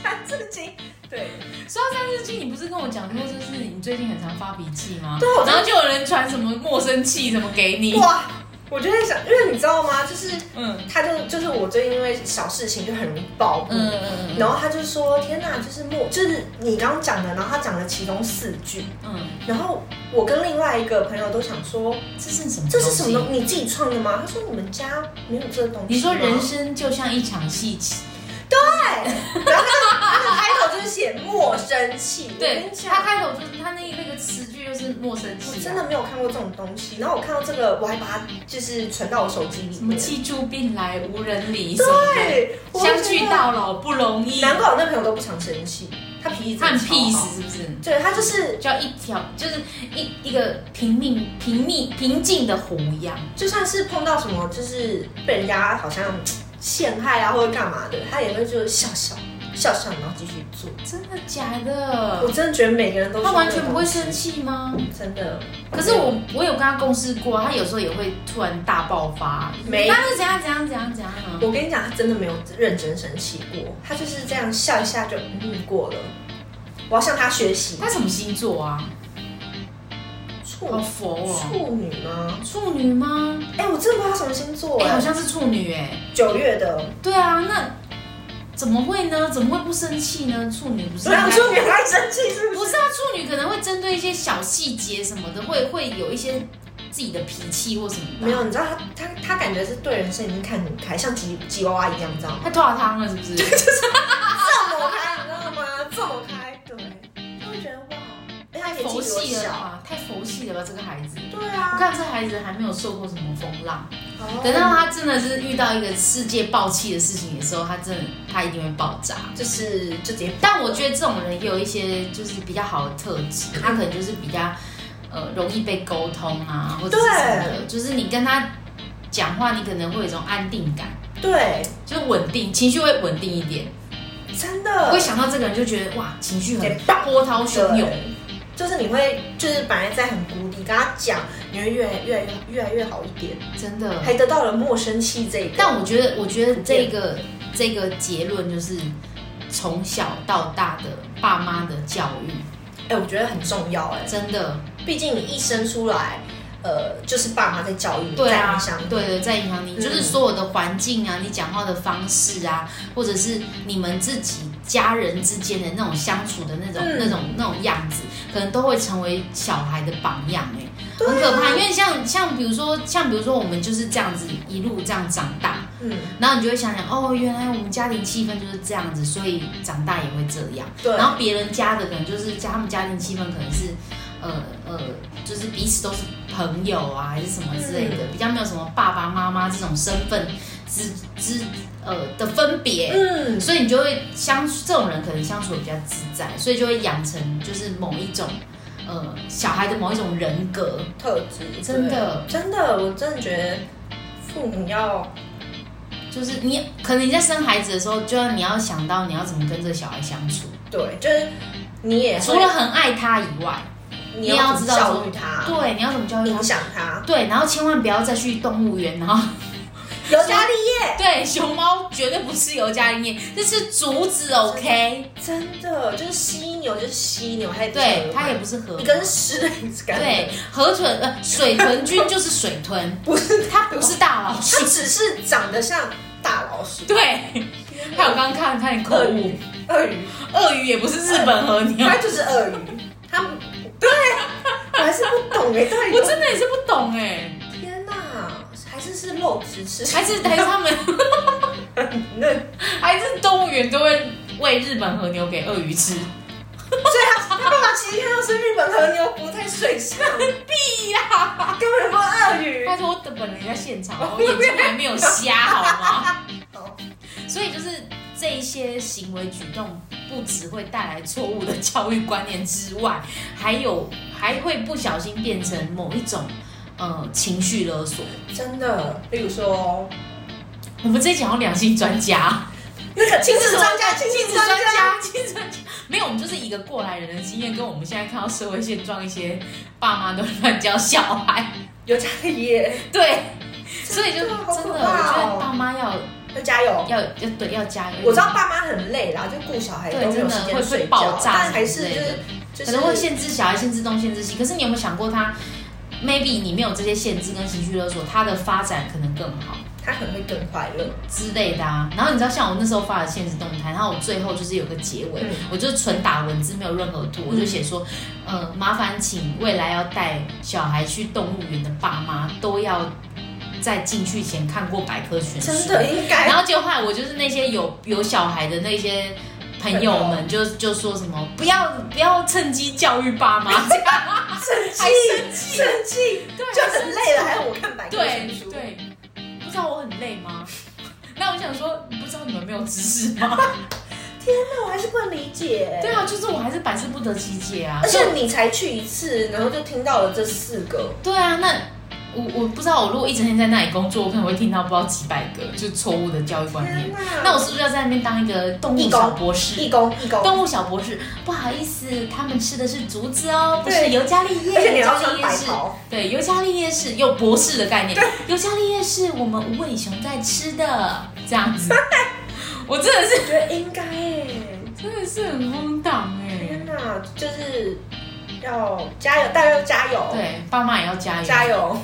三字经》对，说到《三字经》，你不是跟我讲过，就是你最近很常发脾气吗？对我然后就有人传什么莫生气什么给你。哇！我就在想，因为你知道吗？就是嗯他就就是我最近因为小事情就很容易暴怒，嗯嗯嗯然后他就说：“天哪，就是莫，就是你刚刚讲的。”然后他讲了其中四句，嗯，然后我跟另外一个朋友都想说这是什么东西？：“这是什么东？你自己创的吗？”他说：“你们家没有这个东西。”你说人生就像一场戏，他的开头就是写莫生气，我对跟你，他讲，开头就是他那那个词句就是莫生气、我啊，真的没有看过这种东西。然后我看到这个，我还把它就是存到我手机里什么面。气住病来无人理，什么的，对，我相觉聚得，到老不容易，难怪我那朋友都不常生气，他脾气他真很的超 peace 好。是不是？对他就是，就要一条，就是一一个平命平命平静的湖一样，就算是碰到什么，就是被人家好像陷害啊，或者干嘛的，他也会就是笑笑笑笑，然后继续做。真的假我的？真的觉得每个人都嗯他是完那全种不会生气吗？真的。可是我我有跟他共事过，啊他有时候也会突然大爆发，没他是怎样怎样怎样怎样啊？我跟你讲，他真的没有认真生气过，他就是这样笑一下就嗯过了。我要向他学习。他什么星座啊？处好佛哦，处女吗？处女吗？哎、我真的不知道他什么星座、哎、哎、好像是处女哎、九月的。对啊，那怎么会呢？怎么会不生气呢？处女不是对啊，应该处女很爱生气是不是？不是啊，处女可能会针对一些小细节什么的，会会有一些自己的脾气或什么的。没，有，你知道他他他感觉是对人生已经看很开，像吉吉娃娃一样，你知道吗？他脱了汤了是不 [LAUGHS] 是？这么开，你知道吗？这么开，对，就会觉得哇，哎、他太年纪佛比我系了小，吧，太佛系了吧，这个孩子。对我啊。看这孩子还没有受过什么风浪，哦等到他真的是遇到一个世界爆气的事情的时候，他真的他一定会爆炸。就是就直接但我觉得这种人也有一些就是比较好的特质，他可能就是比较呃容易被沟通啊，或者是什么的，就是你跟他讲话，你可能会有一种安定感，对，就是稳定，情绪会稳定一点。真我的会想到这个人就觉得哇，情绪很呃很棒。波涛汹涌，对就是你会，就是本来在很谷底，跟他讲，你会越来越越来越好一点，真的。还得到了莫生气这一个。但我觉得，我觉得这个这个结论就是从小到大的爸妈的教育哎、我觉得很重要哎、真的毕竟你一生出来，呃，就是爸妈在教育你，对在啊影响，你。对对，在影响你，嗯就是所有的环境啊，你讲话的方式啊，或者是你们自己家人之间的那种相处的那种、嗯那种、那种样子，可能都会成为小孩的榜样哎、啊很可怕。因为像像比如说像比如说我们就是这样子一路这样长大，嗯，然后你就会想想哦，原来我们家庭气氛就是这样子，所以长大也会这样。对，然后别人家的可能就是家他们家庭气氛可能是，呃呃，就是彼此都是朋友啊，还是什么之类的，嗯比较没有什么爸爸妈妈这种身份之之呃的分别。嗯，所以你就会相处这种人，可能相处得比较自在，所以就会养成就是某一种，呃，小孩的某一种人格，特质真的对真的，我真的觉得父母要就是你可能你在生孩子的时候，就要你要想到你要怎么跟这个小孩相处，对，就是你也会除了很爱他以外，你你要怎么知道教说育他，对，啊你要怎么教育他影？响他，对，然后千万不要再去动物园，然后 [LAUGHS] 尤加利对，熊猫绝对不吃油加利面，这是竹子，OK？真的就是犀牛，就是犀牛，还有对，它也不是河马你。跟狮子感觉对，河豚呃，水豚君就是水豚， [LAUGHS] 不是它不是大老鼠它。只是长得像大老鼠、对，还有刚刚看看你口鳄误鱼，、[LAUGHS] 鳄鱼，鳄鱼也不是日本和牛它，就是鳄鱼，它们对，我还是不懂哎，到底 [LAUGHS] 我真的也是不懂哎，天哪，还是是肉食 [LAUGHS] 吃，还 [LAUGHS] 是还是他们那 [LAUGHS] 还是动物园都会喂日本和牛给鳄鱼吃，他爸爸其实看到是日本和牛，不太水上， [LAUGHS] 屁啦！根本不是鳄鱼。但是我本人在现 [LAUGHS] 场，我眼睛还没有瞎好吗？好所以就是这一些行为举动，不只会带来错误的教育观念之外，还有还会不小心变成某一种呃情绪勒索。真的，例如说我们这一讲有两性专家，那个亲子专家，亲亲子子专专家，家，亲子专家，没有，我们就是一个过来人的经验，跟我们现在看到社会现状，一些爸妈都乱教小孩，尤加利耶，对。所以就真的，好可我怕觉哦得爸妈要要加油！要要对要加油。我知道爸妈很累啦，就顾小孩都对没真有的时会间会睡爆觉，炸但还之是类就的是就可是能会限制小孩、限制东、限制西。可是你有没有想过他，maybe 你没有这些限制跟情绪勒索，他的发展可能更好他可能会更快乐。之类的啊。然后你知道，像我那时候发的现实动态，然后我最后就是有个结尾，嗯我就纯打文字，没有任何图，我就写说，呃，麻烦请未来要带小孩去动物园的爸妈都要在进去前看过百科全书，真的应该然 [LAUGHS] 后就后来我就是那些有有小孩的那些朋友们就就说什么不要不要趁机教育爸妈，这样生气还生气生气 [LAUGHS] 对就很累了，还要我看百科对全书，对，不知道我很累吗？ [LAUGHS] 那我想说，你不知道你们没有知识吗？那我还是不能理解。对啊，就是我还是百思不得其解啊。而就且你才去一次，然后就听到了这四个，对啊，那我我不知道，我如果一整天在那里工作，我可能会听到不知道几百个就是错误的教育观天念。哪！那我是不是要在那边当一个动物义工小博士？义工义工，动物小博士，不好意思，他们吃的是竹子哦，不是对尤加利而且叶。你尤要加穿利叶白是，袍，对，尤加利叶是有博士的概念，尤加利叶是我们无尾熊在吃的，这样 [LAUGHS] 子。我真的是，我觉得应该耶。真的是很荒唐哎。天哪，就是要加油，大家要加油，对，爸妈也要加油。哦加油！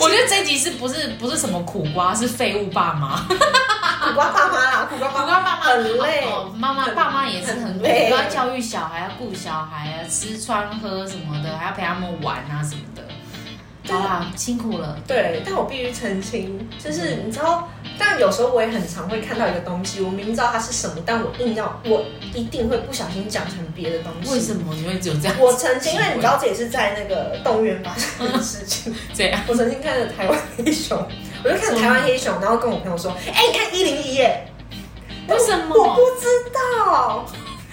我觉得这集是不是不是什么苦瓜，是废物爸妈。苦瓜爸妈 [LAUGHS] 啦，苦瓜苦爸妈瓜爸妈很累哦，妈妈很爸妈也是很很累，累都要教育小孩，要顾小孩啊，吃穿喝什么的，还要陪他们玩啊什么的。对啊好啦，辛苦了。对，但我必须澄清，就是你知道，但有时候我也很常会看到一个东西，我明知道它是什么，但我硬要，我一定会不小心讲成别的东西。为什么你会只有这样？我曾经，因为你知道这也是在那个动物园发生的事情。这样，我曾经看了台湾黑熊，我就看台湾黑熊，然后跟我朋友说：“哎、你看一零一耶。”为什么我不知道，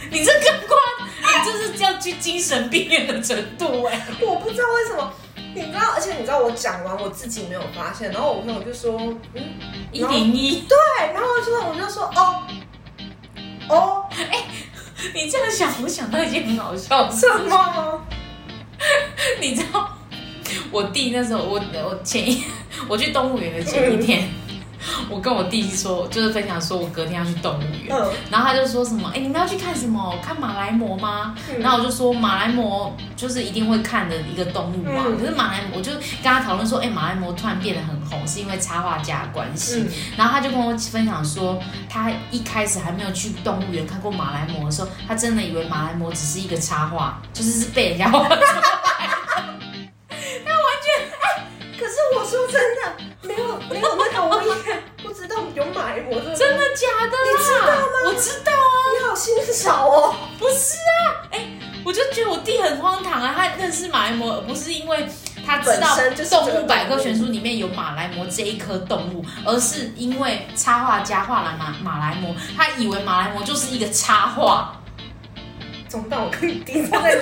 你这个瓜，你这是要去精神病院的程度哎、我不知道为什么。你知道，而且你知道我讲完我自己没有发现，然后我朋友就说：“嗯，一零一，对。”然后我就说我就说：“哦，哦，你这样想，我想到一件很好笑的事什。么？你 [LAUGHS] 知道，我弟那时候，我我前一我去动物园的前一天，我跟我弟说，就是分享说我隔天要去动物园，嗯，然后他就说什么，哎、你们要去看什么？看马来貘吗？然后我就说马来貘就是一定会看的一个动物嘛。嗯可是马来貘，我就跟他讨论说，哎、马来貘突然变得很红，是因为插画家的关系。嗯，然后他就跟我分享说，他一开始还没有去动物园看过马来貘的时候，他真的以为马来貘只是一个插画，就是是被人家画出来的。可是我说真的，没有没有那个，我也不知道有马来貘这 [LAUGHS] 个，真的假 [LAUGHS] 的啦？你知道吗我知道啊，你好欣赏哦。不是啊，哎、我就觉得我弟很荒唐啊，他认识马来貘，而不是因为他知道本身就是这个动物百科全书里面有马来貘这一颗动物，而是因为插画家画了马马来貘，他以为马来貘就是一个插画。 [LAUGHS] 怎么办？我跟你弟在那边，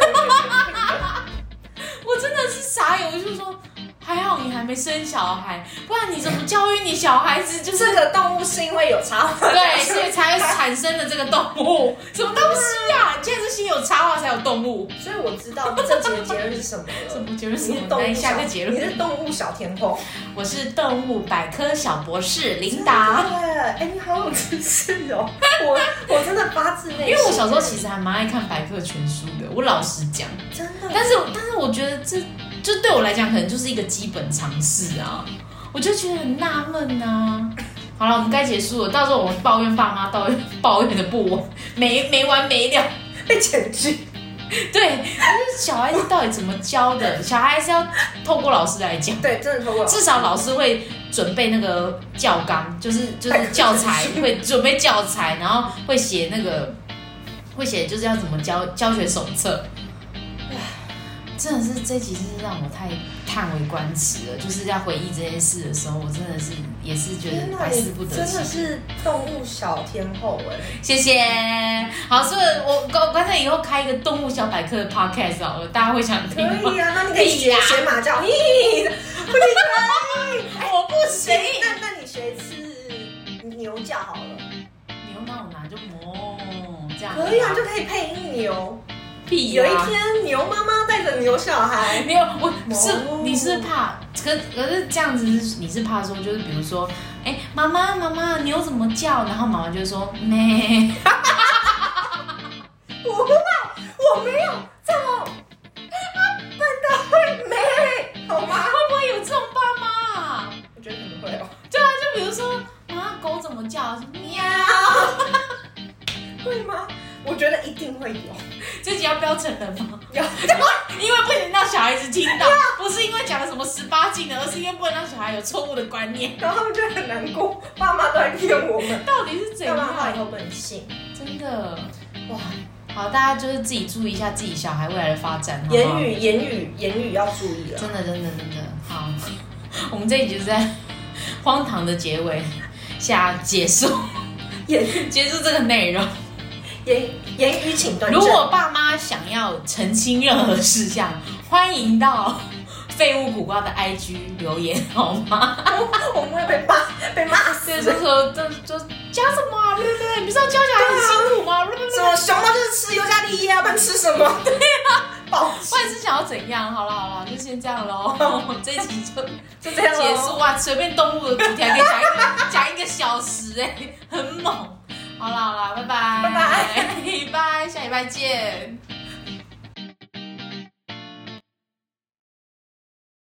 我真的是傻眼，我就说。还好你还没生小孩，不然你怎么教育你小孩子？就是这个动物是因为有插画，对，所以才会产生的这个动物，什么东西呀、啊？现在是先有插画才有动物，所以我知道这集的结论是什么什了。么结论？什你么是？动来物下小，个结你论。是动物小天后，我是动物百科小博士琳达。真的耶哎，[LAUGHS] 你好有知识哦！我我真的发自内心，因为我小时候其实还蛮爱看百科全书的，我老实讲，真的，但是但是我觉得这就对我来讲可能就是一个基本常识啊，我就觉得很纳闷呐。好了，我们该结束了，到时候我抱怨爸妈，抱怨抱怨的不完没没完没了。被剪辑，对，就是小孩子到底怎么教的？小孩是要透过老师来讲。对，真的透过至少老师会准备那个教纲，就是就是教材会准备教材，然后会写那个会写就是要怎么教教学手册。唉真的是这集是让我太叹为观止了，就是在回忆这件事的时候，我真的是也是觉天得哪，百思不你得真其的是动物小天后哎！谢谢。好，所以我我刚才以后开一个动物小百科的 podcast 好了，大家会想听吗可？ [LAUGHS] 以啊，那你可以屁学呀学 [LAUGHS] 马叫，咦，不可以。我不行，那那你学一次牛叫好了，牛哪有拿就磨这样可以啊，就可以配音牛。屁啊有啦一天，牛妈妈带着牛小孩， [LAUGHS] 没有，我是哦你是怕，可可是这样子，你是怕说就是比如说，哎、妈妈妈妈，牛怎么叫？然后妈妈就会说 [LAUGHS] 咩，不会，我没有这么 [LAUGHS] 笨到会没，好吗？会不会有这种爸妈、啊？我觉得可能会哦，对啊，就比如说啊，狗怎么叫？ [LAUGHS] 喵。会吗？我觉得一定会有， [LAUGHS] 这集要标成人吗？有因为不能让小孩子听到，不是因为讲了什么十八禁的，而是因为不能让小孩有错误的观念。然后他们就很难过，爸妈都在骗我 [LAUGHS] 们，到底是怎要不然他以样？后不能信。真的，哇，好，大家就是自己注意一下自己小孩未来的发展。好不好言语言语言语要注意啊了，真的，真的，真的，好，我们这一集就在荒唐的结尾下结束， [LAUGHS] 言结束这个内容。言言语请端如正。果爸妈想要澄清任何事项，欢迎到废物古瓜的 IG 留言，好吗？我们会被骂被骂死对，。就说就就教什么啊？对不对？你不是要教小孩很辛苦吗？对不什对？么熊猫就是吃尤加利叶啊，不然吃什么？对 [LAUGHS] 呀、啊，抱或歉，者是想要怎样？好了好了，就先这样 [LAUGHS] 喽。这一集 [LAUGHS] 就就这样咯结束啊！随便动物的主题还可以讲一个讲一个小时哎、 [LAUGHS] 很猛。好啦好啦，拜拜拜拜拜，下礼拜见。